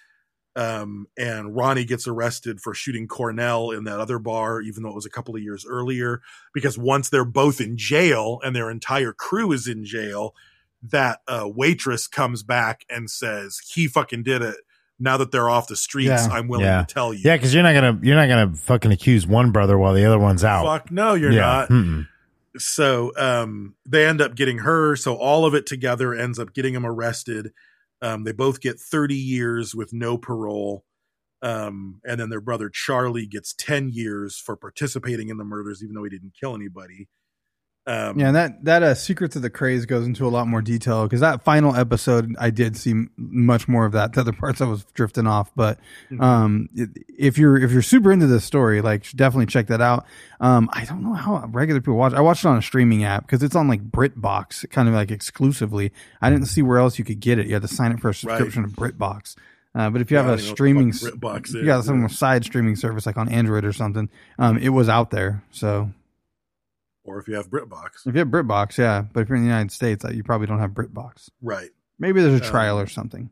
um and ronnie gets arrested for shooting cornell in that other bar even though it was a couple of years earlier because once they're both in jail and their entire crew is in jail, that uh, waitress comes back and says, "He fucking did it." Now that they're off the streets,
Yeah.
I'm willing
yeah.
to tell you.
Yeah, because you're not gonna you're not gonna fucking accuse one brother while the other one's out.
fuck no, you're
yeah. Hmm.
not.
Mm-mm.
so um, they end up getting her. So all of it together ends up getting them arrested. Um, they both get 30 years with no parole. Um, and then their brother Charlie gets 10 years for participating in the murders, even though he didn't kill anybody. Um,
Yeah, and that that uh, Secrets of the Craze goes into a lot more detail because that final episode I did see m- much more of that. The other parts I was drifting off, but
Mm-hmm.
um, i- if you're if you're super into this story, like should definitely check that out. Um, I don't know how regular people watch. I watched it on a streaming app because it's on like BritBox, kind of like exclusively. I didn't see where else you could get it. You had to sign up for a subscription to BritBox. Uh, but if you
Yeah, I
have a
don't even know what the
streaming,
fuck
s-
BritBox
if you
is,
got some
yeah.
side streaming service like on Android or something, um, it was out there. So
or if you have BritBox.
if you have BritBox, yeah, but if you're in the United States, uh, you probably don't have BritBox.
Right.
Maybe there's a
Um,
trial or something.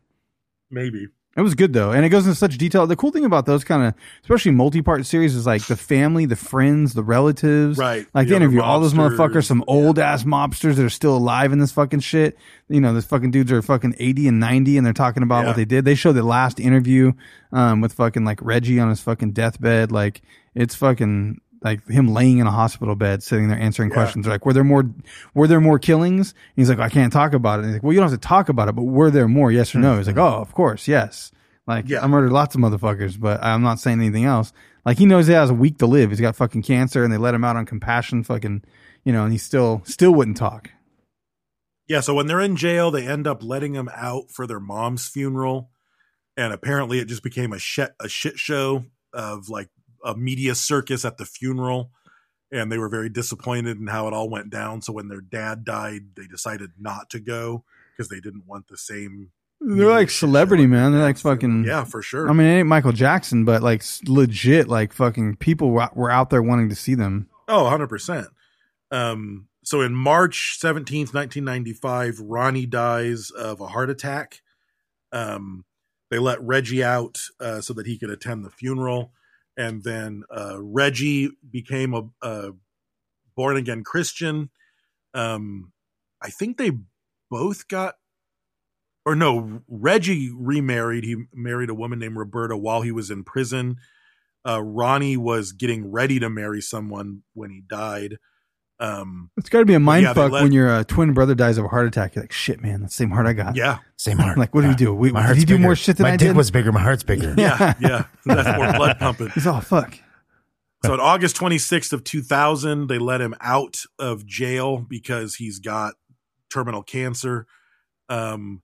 Maybe.
It was good though, and it goes into such detail. The cool thing about those kind of, especially multi-part series, is like the family, the friends, the relatives.
Right.
Like
The
they
other
interview all those
mobsters.
motherfuckers, some
Yeah.
old ass mobsters that are still alive in this fucking shit. You know, those fucking dudes are fucking eighty and ninety, and they're talking about
Yeah.
what they did. They show the last interview um, with fucking like Reggie on his fucking deathbed. Like it's fucking like him laying in a hospital bed, sitting there answering questions. They're like, were there more? Were there more killings? And he's like, I can't talk about it. And he's like, well, you don't have to talk about it, but were there more? Yes or no? He's like, oh, of course, yes. Like
Yeah.
I murdered lots of motherfuckers, but I'm not saying anything else. Like he knows he has a week to live. He's got fucking cancer, and they let him out on compassion, fucking, you know, and he still still wouldn't talk.
Yeah. So when they're in jail, they end up letting them out for their mom's funeral, and apparently it just became a shit a shit show of like a media circus at the funeral, and they were very disappointed in how it all went down. So when their dad died, they decided not to go because they didn't want the same.
They're like
shit show
celebrity
at
man. They're
their
like
dad's funeral.
fucking
Yeah, for sure.
I mean, it ain't Michael Jackson, but like s- legit, like fucking people were, were out there wanting to see them.
Oh, 100%. Um, so in March 17th, 1995, Ronnie dies of a heart attack. Um, they let Reggie out uh, so that he could attend the funeral. and then uh, Reggie became a, a born again Christian. Um, I think they both got, or no, Reggie remarried. He married a woman named Roberta while he was in prison. Uh, Ronnie was getting ready to marry someone when he died. Um,
It's got to be a mind
Yeah, they
fuck
let-
when your uh, twin brother dies of a heart attack. You're like, shit, man, that's the same heart I got.
yeah,
Same heart.
Like, what do we
Yeah.
do? We-
My
did
heart's
he do
bigger.
more shit than
my
I
dick
did?
was bigger. My
<laughs>
heart's bigger.
yeah, yeah. That's more blood pumping.
He's all "Oh, fuck.
So on August 26th of 2000, they let him out of jail because he's got terminal cancer. Um,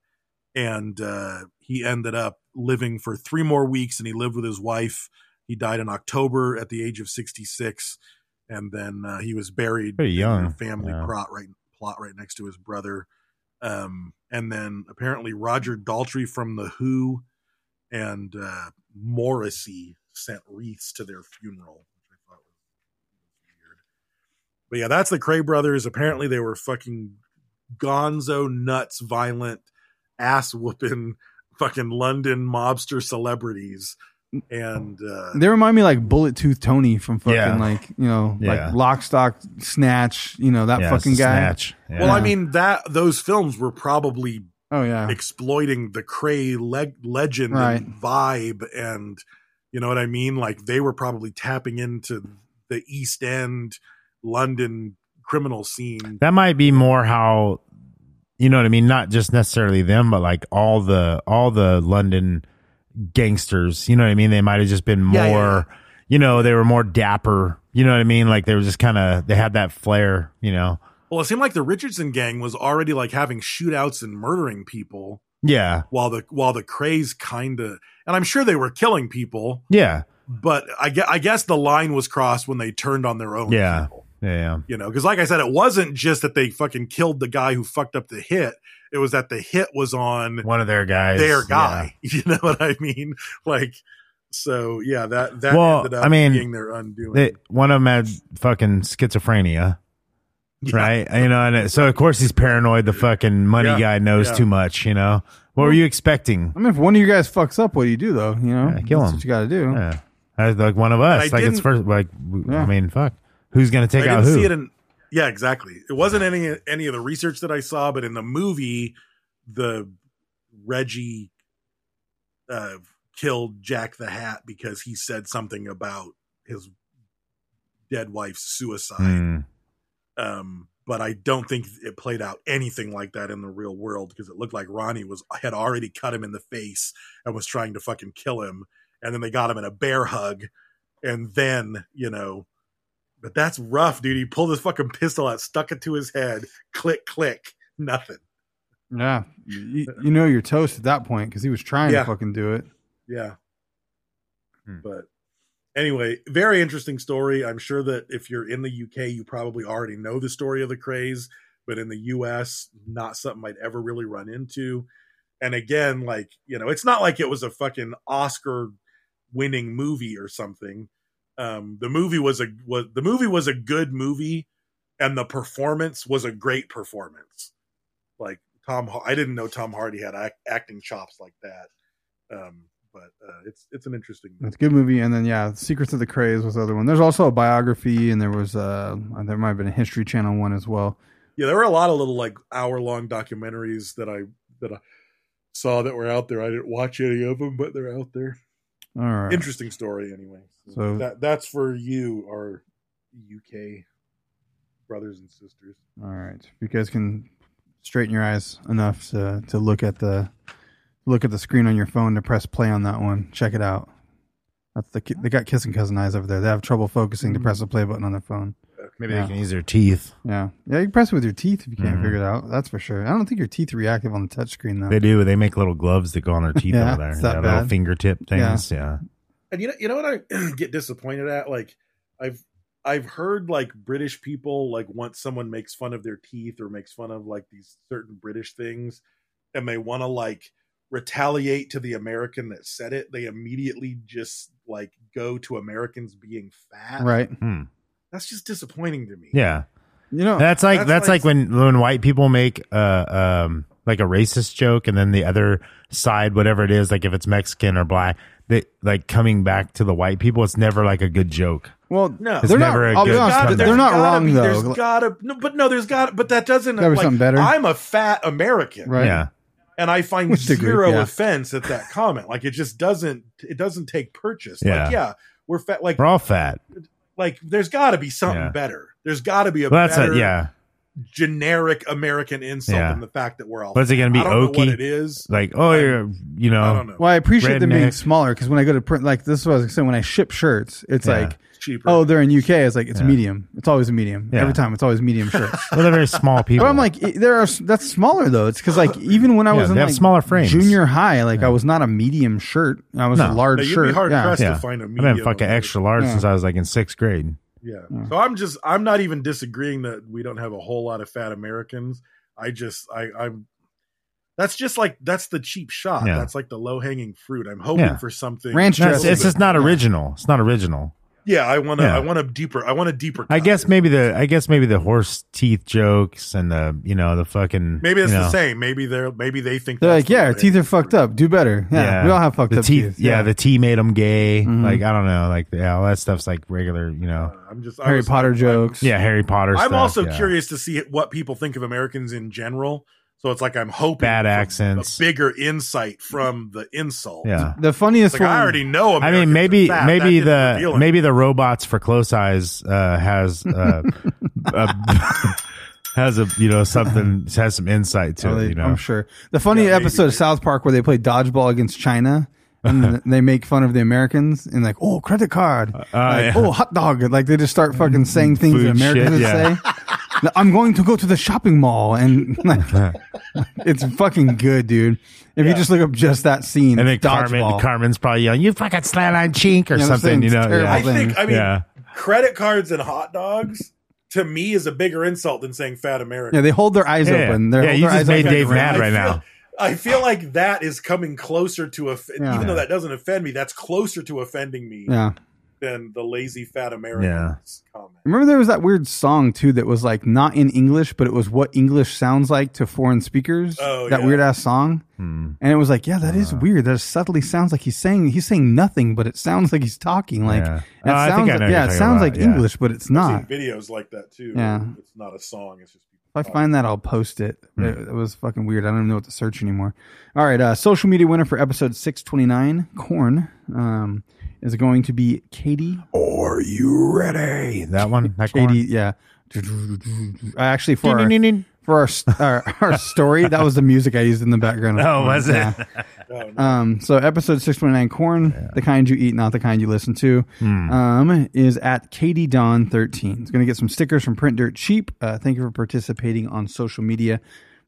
and uh, he ended up living for three more weeks and he lived with his wife. He died in October at the age of 66. And then uh, he was buried
Pretty
in
young.
a family
Yeah.
plot right plot right next to his brother. Um, and then apparently Roger Daltrey from the Who and uh, Morrissey sent wreaths to their funeral, which I thought was weird. But yeah, that's the Cray brothers. Apparently they were fucking gonzo nuts, violent, ass whooping, <laughs> fucking London mobster celebrities. And uh,
They remind me like Bullet Tooth Tony from fucking
Yeah.
like you know
Yeah.
like Lock Stock Snatch. You know that
Yeah,
fucking
it's a
guy.
Snatch. Yeah.
well, I mean that those films were probably
Oh yeah.
exploiting the Cray leg- legend
Right.
and vibe, and you know what I mean. Like they were probably tapping into the East End, London criminal scene.
that might be more how you know what I mean. Not just necessarily them, but like all the all the London gangsters. You know what I mean. They might have just been more.
Yeah, yeah,
You know, they were more dapper. You know what I mean. Like they were just kind of they had that flair. You know.
Well, it seemed like the Richardson gang was already like having shootouts and murdering people,
Yeah.
while the while the Crays kind of, and I'm sure they were killing people,
Yeah.
but I guess, I guess the line was crossed when they turned on their own.
Yeah.
people.
Yeah. yeah.
you know because like i said it wasn't just that they fucking killed the guy who fucked up the hit it was that the hit was on
One of their guys.
their
Yeah.
guy <laughs> you know what i mean like so yeah that that
Well,
ended up
I mean,
being their undoing
They, one of them had fucking schizophrenia.
Yeah.
right? You know, and it- so of course he's paranoid. The fucking money
Yeah,
guy knows
yeah.
too much. You know, what were you expecting?
I mean, if one of you guys fucks up, what do you do though? You know,
Yeah, kill
That's
him.
What you got to do.
Yeah, That's like one of
And
us.
I
Like it's
didn't-
first. Like w-
Yeah.
I mean, fuck. Who's gonna
i
take out
didn't
who?
see it in yeah exactly it wasn't any any of the research that i saw but in the movie the reggie uh killed jack the hat because he said something about his dead wife's suicide
Mm.
um, but I don't think it played out anything like that in the real world because it looked like Ronnie was had already cut him in the face and was trying to fucking kill him, and then they got him in a bear hug, and then you know, but that's rough, dude. He pulled his fucking pistol out, stuck it to his head, click click, nothing.
Yeah. You, you know you're toast at that point because he was trying
Yeah.
to fucking do it.
Yeah. But anyway, very interesting story. I'm sure that if you're in the UK, you probably already know the story of the craze, but in the US, not something I'd ever really run into. And again, like, you know, it's not like it was a fucking Oscar winning movie or something. Um, the movie was a was the movie was a good movie and the performance was a great performance. Like Tom Har- I didn't know Tom Hardy had ac- acting chops like that um, but uh, it's it's an interesting
It's a good movie. And then yeah, Secrets of the Craze was the other one. There's also a biography, and there was uh there might have been a History Channel one as well.
yeah there were a lot of little like hour long documentaries that i that i saw that were out there i didn't watch any of them but they're out there
All right.
interesting story anyway so,
So-
that that's for you our uk brothers and sisters
All right. You guys can straighten your eyes enough to to look at the look at the screen on your phone to press play on that one. Check it out. That's the ki- they got kissing cousin eyes over there. They have trouble focusing to press the play button on their phone.
Maybe
Yeah.
they can use their teeth.
Yeah, yeah. You can press it with your teeth if you can't figure it out. That's for sure. I don't think your teeth are reactive on the touchscreen though.
Mm-hmm. They do. They make little gloves that go on their teeth
Yeah,
over there.
it's not
Yeah, little
bad.
fingertip
Yeah.
things. Yeah.
and you know you know what i <clears throat> get disappointed at like i've i've heard like british people like once someone makes fun of their teeth or makes fun of like these certain british things and they want to like retaliate to the american that said it they immediately just like go to americans being fat
right.
Hmm.
that's just disappointing to me
Yeah.
You know.
That's like
That's
that's
like-
like when when white people make uh um like a racist joke and then the other side whatever it is like if it's mexican or black they like coming back to the white people it's never like a good joke
Well,
No.
they're
It's
not.
never a
I'll be
good
honest,
comeback.
they're- they're
there's
not
gotta
wrong
be- There's
though.
gotta no, but no, there's got but that doesn't.
Gotta be
like,
something better.
I'm a fat American,
Right.
yeah
and I find
With degree,
zero
yeah.
offense at that comment. Like it just doesn't. It doesn't take purchase.
Yeah.
Like yeah, we're fat. Like
we're all fat
like there's got to be something
Yeah.
better. There's got to be a
well, that's
better
a, yeah
generic American insult
Yeah.
than the fact that we're all.
But is it gonna be
I don't know what
oaky?
it is.
like oh you're you know
I don't know.
Well, I appreciate them being
Redneck.
smaller because when I go to print, like this was saying, when I ship shirts, it's
Yeah.
like,
It's cheaper.
oh, they're in UK. It's like it's
Yeah.
medium. It's always a medium.
Yeah.
Every time, it's always
<laughs>
medium shirts.
well, they're
<laughs>
very small people
But I'm like, i- there are s- that's smaller though. It's because like even when I
Yeah,
was in
they have
like
smaller frames.
junior high, like I was not a medium shirt. I was
No.
a
No,
large
you'd
shirt.
be hard
yeah.
pressed
yeah
to find a
i've
medium
been fucking
over-
extra large
Yeah.
since i was like in sixth grade
Yeah. So I'm just I'm not even disagreeing that we don't have a whole lot of fat Americans. I just I I'm that's just like that's the cheap shot.
Yeah.
That's like the low hanging fruit. I'm hoping
Yeah.
for something.
Ranch
No,
dressing.
it's, it's just not original it's not original
Yeah, I want to.
Yeah.
I want a deeper. I want a deeper.
I
cut.
guess maybe the I guess maybe the horse teeth jokes and the you know the fucking
maybe it's
you
the
know,
same. Maybe they're maybe they think
They're
that's
like,
the
yeah, our
low
teeth
hanging
are fucked up. Do better. Yeah, we all have fucked
the
up Mm-hmm.
teeth.
teeth.
Yeah, the tea made them gay. Like I don't know, like yeah, all that stuff's like regular, you know.
fruit. I'm just I
Harry
was-
Potter
I'm-
jokes.
Yeah, Harry Potter.
I'm,
stuff,
also
yeah.
curious to see what people think of Americans in general. So it's like I'm hoping
Bad
for
accents.
a bigger insight from the insult.
Yeah,
the funniest
It's like
one.
I already know.
I
Americans
mean maybe
are fat.
maybe
That didn't reveal
the
anything.
maybe the robots for close eyes uh, has
<laughs>
uh, a, <laughs> has a you know something has some insight to
Oh,
it.
they-
You know,
I'm
<laughs>
sure. The funny
Yeah, maybe.
episode of South Park where they play dodgeball against China
<laughs>
and they make fun of the Americans and like, oh, credit card, like,
Uh, yeah.
oh, hot dog, like they just start fucking saying things
Food
that Americans
shit,
would
yeah.
say. Like, I'm going to go to the shopping mall and <laughs> like, it's fucking good, dude. If you just look up just that scene,
And then Carmen,
dodgeball.
Carmen's probably yelling, "You fucking slant on chink" or
Yeah, I'm
something,"
saying
you
it's
know.
terrible.
I
Yeah.
thing.
think I mean
Yeah.
credit cards and hot dogs to me is a bigger insult than saying fat American.
yeah, they hold their eyes
Yeah.
open. They're
Yeah,
hold
you
their
just
eyes
made
open.
Dave mad
I
right
feel-
now.
I feel like that is coming closer to off-
Yeah.
even though that doesn't offend me, that's closer to offending me
Yeah.
than the lazy fat Americans comment.
Remember there was that weird song too that was like not in English, but it was what English sounds like to foreign speakers.
Oh,
that
yeah.
weird ass song.
Hmm.
And it was like, yeah, that
Uh.
is weird. That subtly sounds like he's saying he's saying nothing, but it sounds like he's talking. Like
Yeah.
it
Oh,
sounds
I think I know
like,
what
yeah,
you're
it
talking
sounds
about,
like
yeah.
English, but it's
I've
not.
seen videos like that too.
Yeah.
It's not a song, it's just people
If I find that, I'll post it.
Hmm.
It, it was fucking weird. I don't even know what to search anymore. All right, uh, social media winner for episode six twenty nine, corn, um, is going to be Katie
Are you ready? That one, that
Katie,
one.
yeah. I actually for our, for our, st- our our story that was the music I used in the background.
Oh, was it?
Yeah. Um, so episode six twenty nine, corn, the kind you eat, not the kind you listen to,
Hmm.
um, is at Katie Don thirteen. It's going to get some stickers from Print Dirt Cheap. Uh, thank you for participating on social media.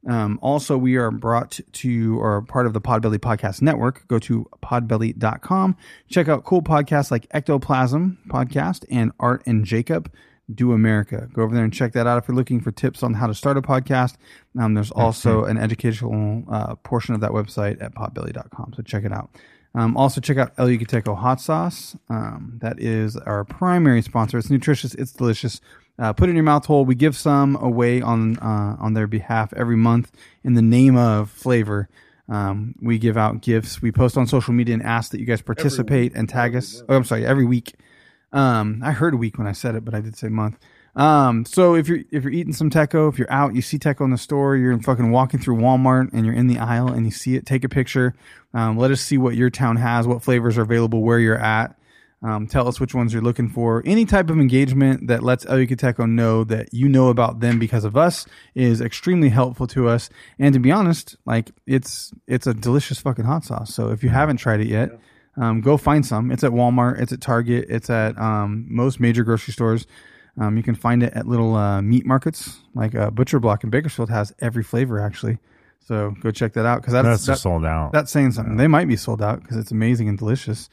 Um, also, we are brought to or part of the Podbelly Podcast Network. Go to podbelly.com. Check out cool podcasts like Ectoplasm Podcast and Art and Jacob Do America. Go over there and check that out if you're looking for tips on how to start a podcast. Um, there's also an educational uh, portion of that website at podbelly.com. So check it out. Um, also, check out El Yucateco Hot Sauce. Um, that is our primary sponsor. It's nutritious, it's delicious. Uh, put it in your mouth hole. We give some away on uh, on their behalf every month in the name of flavor. Um, we give out gifts. We post on social media and ask that you guys participate and tag us. Oh, I'm sorry, every week. Um, I heard week when I said it, but I did say month. Um, so if you're if you're eating some techo, if you're out, you see techo in the store, you're fucking walking through Walmart and you're in the aisle and you see it, take a picture. Um, let us see what your town has, what flavors are available, where you're at. Um, tell us which ones you're looking for. Any type of engagement that lets El Yucateco know that you know about them because of us is extremely helpful to us. And to be honest, like it's it's a delicious fucking hot sauce. So if you haven't tried it yet, um, go find some. It's at Walmart. It's at Target. It's at um, most major grocery stores. Um, you can find it at little uh, meat markets like uh, Butcher Block in Bakersfield has every flavor actually. So go check that out because
That's
that's,
just
that-
sold out.
that's saying something. They might be sold out because it's amazing and delicious.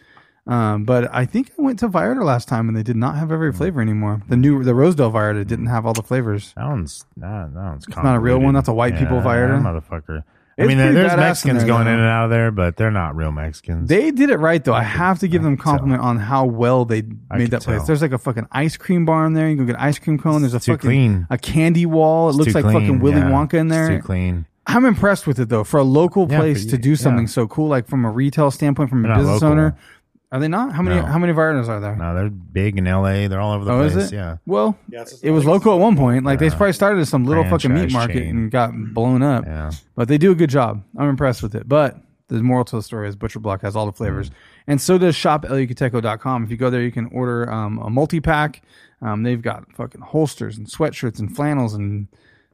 Um, but I think I went to Vallarta last time and they did not have
Mm.
every flavor anymore. The new the Rosedale Vallarta didn't have all the flavors.
That one's that, that one's it's
not a real one? That's a white people Viagra?
motherfucker. I
It's
mean, there-
pretty
there's
badass in
Mexicans
there,
going
though.
in and out of there, but they're not real Mexicans.
They did it right though. I have to give them compliment on how well they
I
made
could
that place.
tell.
There's like a fucking ice cream bar in there. You can go get ice cream cone. There's a
It's too
fucking
clean.
a candy wall. It
It's
looks
too
like
clean,
fucking Willy
yeah.
Wonka in
It's
there.
too clean.
I'm impressed with it though. For a local
Yeah,
place
for
to
you-
do something
yeah.
so cool, like from a retail standpoint, from a
They're not
business
local.
owner, are they not? How many?
No.
How many partners are there?
No, they're big in L.A. They're all over the
oh,
place.
is it?
Yeah.
Well,
Yeah, it's just
it was
like-
local at one point. Like they probably started as some little fucking meat
franchise
market
chain. Mm-hmm.
and got blown up.
Yeah.
But they do a good job. I'm impressed with it. But the moral to the story is Butcher Block has all
Mm.
the flavors, and so does ShopElucateco.com. If you go there, you can order um, a multi pack. Um, they've got fucking holsters and sweatshirts and flannels and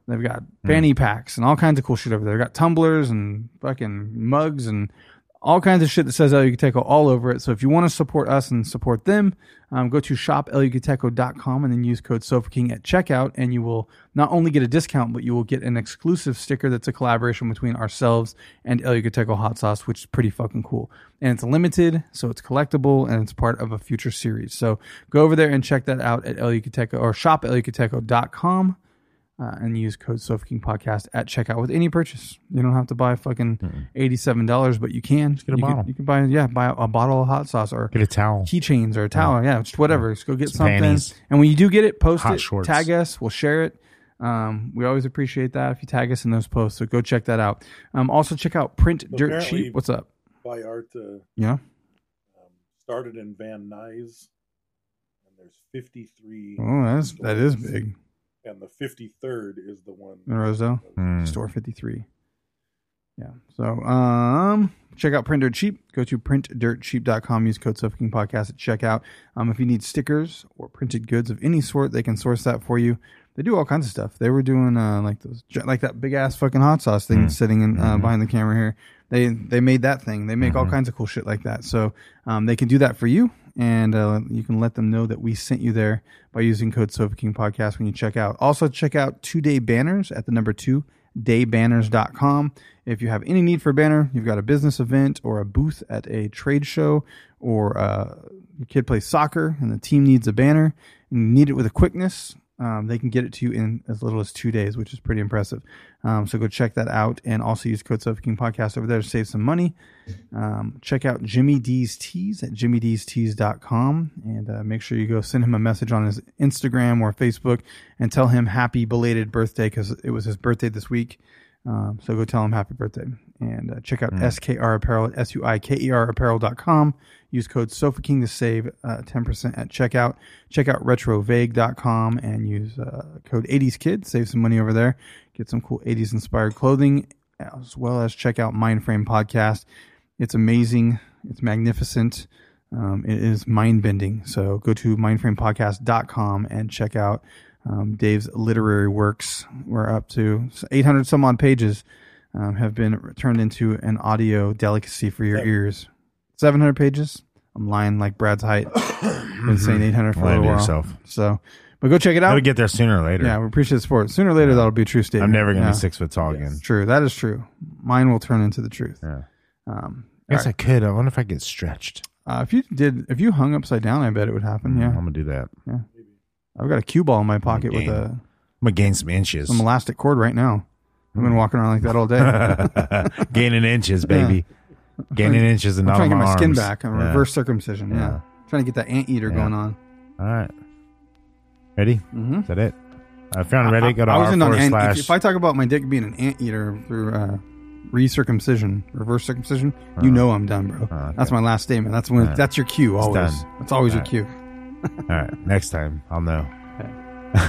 They've got
Mm.
fanny packs and all kinds of cool shit over there. They've got tumblers and fucking mugs and all kinds of shit that says El Yucateco all over it. So if you want to support us and support them, um, go to E shopelucateco.com and then use code SofaKing at checkout. And you will not only get a discount, but you will get an exclusive sticker that's a collaboration between ourselves and El Yucateco E Hot Sauce, which is pretty fucking cool. And it's limited, so it's collectible and it's part of a future series. So go over there and check that out at El Yucateco E or shopelucateco.com uh, and use code King Podcast at checkout with any purchase. You don't have to buy fucking eighty-seven dollars, but you can
get a
you
bottle.
Can, you can buy yeah, buy a bottle of hot sauce or
Get a towel.
keychains or a towel. Yeah, just whatever. Just go get
Some
something.
panties.
And when you do get it, post
Hot
it,
shorts.
tag us, we'll share it. Um, we always appreciate that if you tag us in those posts. So go check that out. Um, also check out Print Dirt
Apparently-
Cheap. What's up?
By art uh,
Yeah.
started in Van Nuys, and there's 53,
Oh, that's that is big.
and the 53rd is the one.
In Roseville.
Mm.
store 53 yeah so um check out print dirt cheap go to printdirtcheap.com use code suffocating podcast at checkout um if you need stickers or printed goods of any sort they can source that for you they do all kinds of stuff they were doing uh like those like that big ass fucking hot sauce thing sitting in uh, behind the camera here they they made that thing they make all kinds of cool shit like that so um they can do that for you and uh, you can let them know that we sent you there by using code King Podcast when you check out. Also, check out two day banners at the number two daybanners.com. If you have any need for a banner, you've got a business event or a booth at a trade show, or uh, your kid plays soccer and the team needs a banner and you need it with a quickness, um, they can get it to you in as little as two days, which is pretty impressive. Um, so go check that out and also use code King Podcast over there to save some money. Um, check out Jimmy D's Tees at jimmydstees.com and uh, make sure you go send him a message on his Instagram or Facebook and tell him happy belated birthday because it was his birthday this week. Um, so go tell him happy birthday and uh, check out SKR Apparel at S-U-I-K-E-R Apparel.com. Use code SofaKing to save uh, 10% at checkout. Check out RetroVague.com and use uh, code 80SKID. Save some money over there. Get some cool 80s inspired clothing as well as check out Mindframe Podcast. It's amazing. It's magnificent. Um, it is mind bending. So go to mindframepodcast.com and check out um, Dave's literary works. We're up to 800 some odd pages um, have been turned into an audio delicacy for your ears. 700 pages. I'm lying like Brad's
<coughs>
height. been saying 800 for a
Mhm.
little
Lying to
while.
yourself.
So, but go check it
I'll
out.
get there sooner or later.
yeah, we appreciate the support. Sooner or later, that'll be a true statement.
I'm never gonna
Yeah.
be six foot tall again.
True. That is true. Mine will turn into the truth.
Yeah.
Um,
I guess I could. I wonder if I get stretched.
uh, if you did, if you hung upside down, I bet it would happen.
I'm
Yeah,
gonna do that. I'm
I've got a cue ball in my pocket with
Mm-hmm. game.
a
gonna gain some inches.
some elastic cord right now. I've
Mm.
been walking around like that
<laughs>
all day. I'm
Gaining inches, baby. Gaining inches and not
trying to
on
get my
my
skin
arms.
back. I'm
Yeah.
reverse circumcision. Yeah.
Yeah.
trying to get that anteater
Yeah.
going on.
All right. Ready? Mm-hmm. Is that it? I found Reddit. Go to
I was
r
in on
forward
ant-
slash.
if, if I talk about my dick being an anteater through uh, recircumcision, reverse circumcision, you know I'm done, bro. That's my last statement. That's when. That's your cue. Always.
done.
That's always
Alright.
your cue.
All right. Next time, I'll know. <laughs>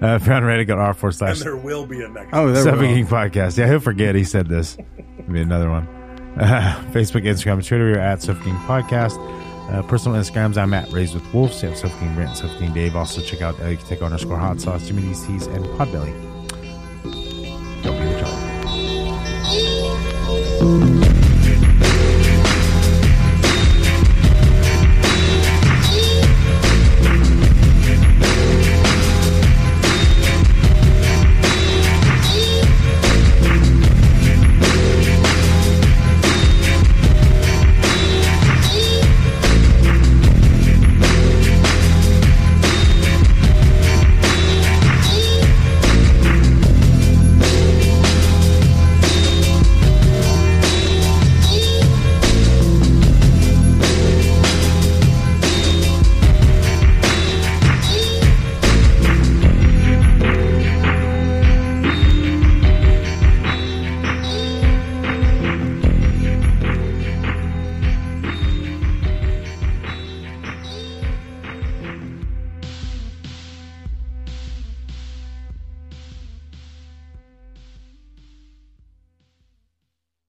I found Reddit. Go to r forward
And
slash.
there will be a next.
Oh, there
Seven
we
King
go.
Podcast. Yeah, he'll forget he said this. Maybe another one. <laughs> Uh, Facebook, Instagram, and Twitter. We are at Seven King Podcast. Uh, personal Instagrams, I'm at Raised with Wolves. You have Seven King Brent, Seven King Dave. Also, check out uh, you can take underscore hot sauce, Jimmy D's Teas, and Podbelly. Don't be retarded.
Thank you.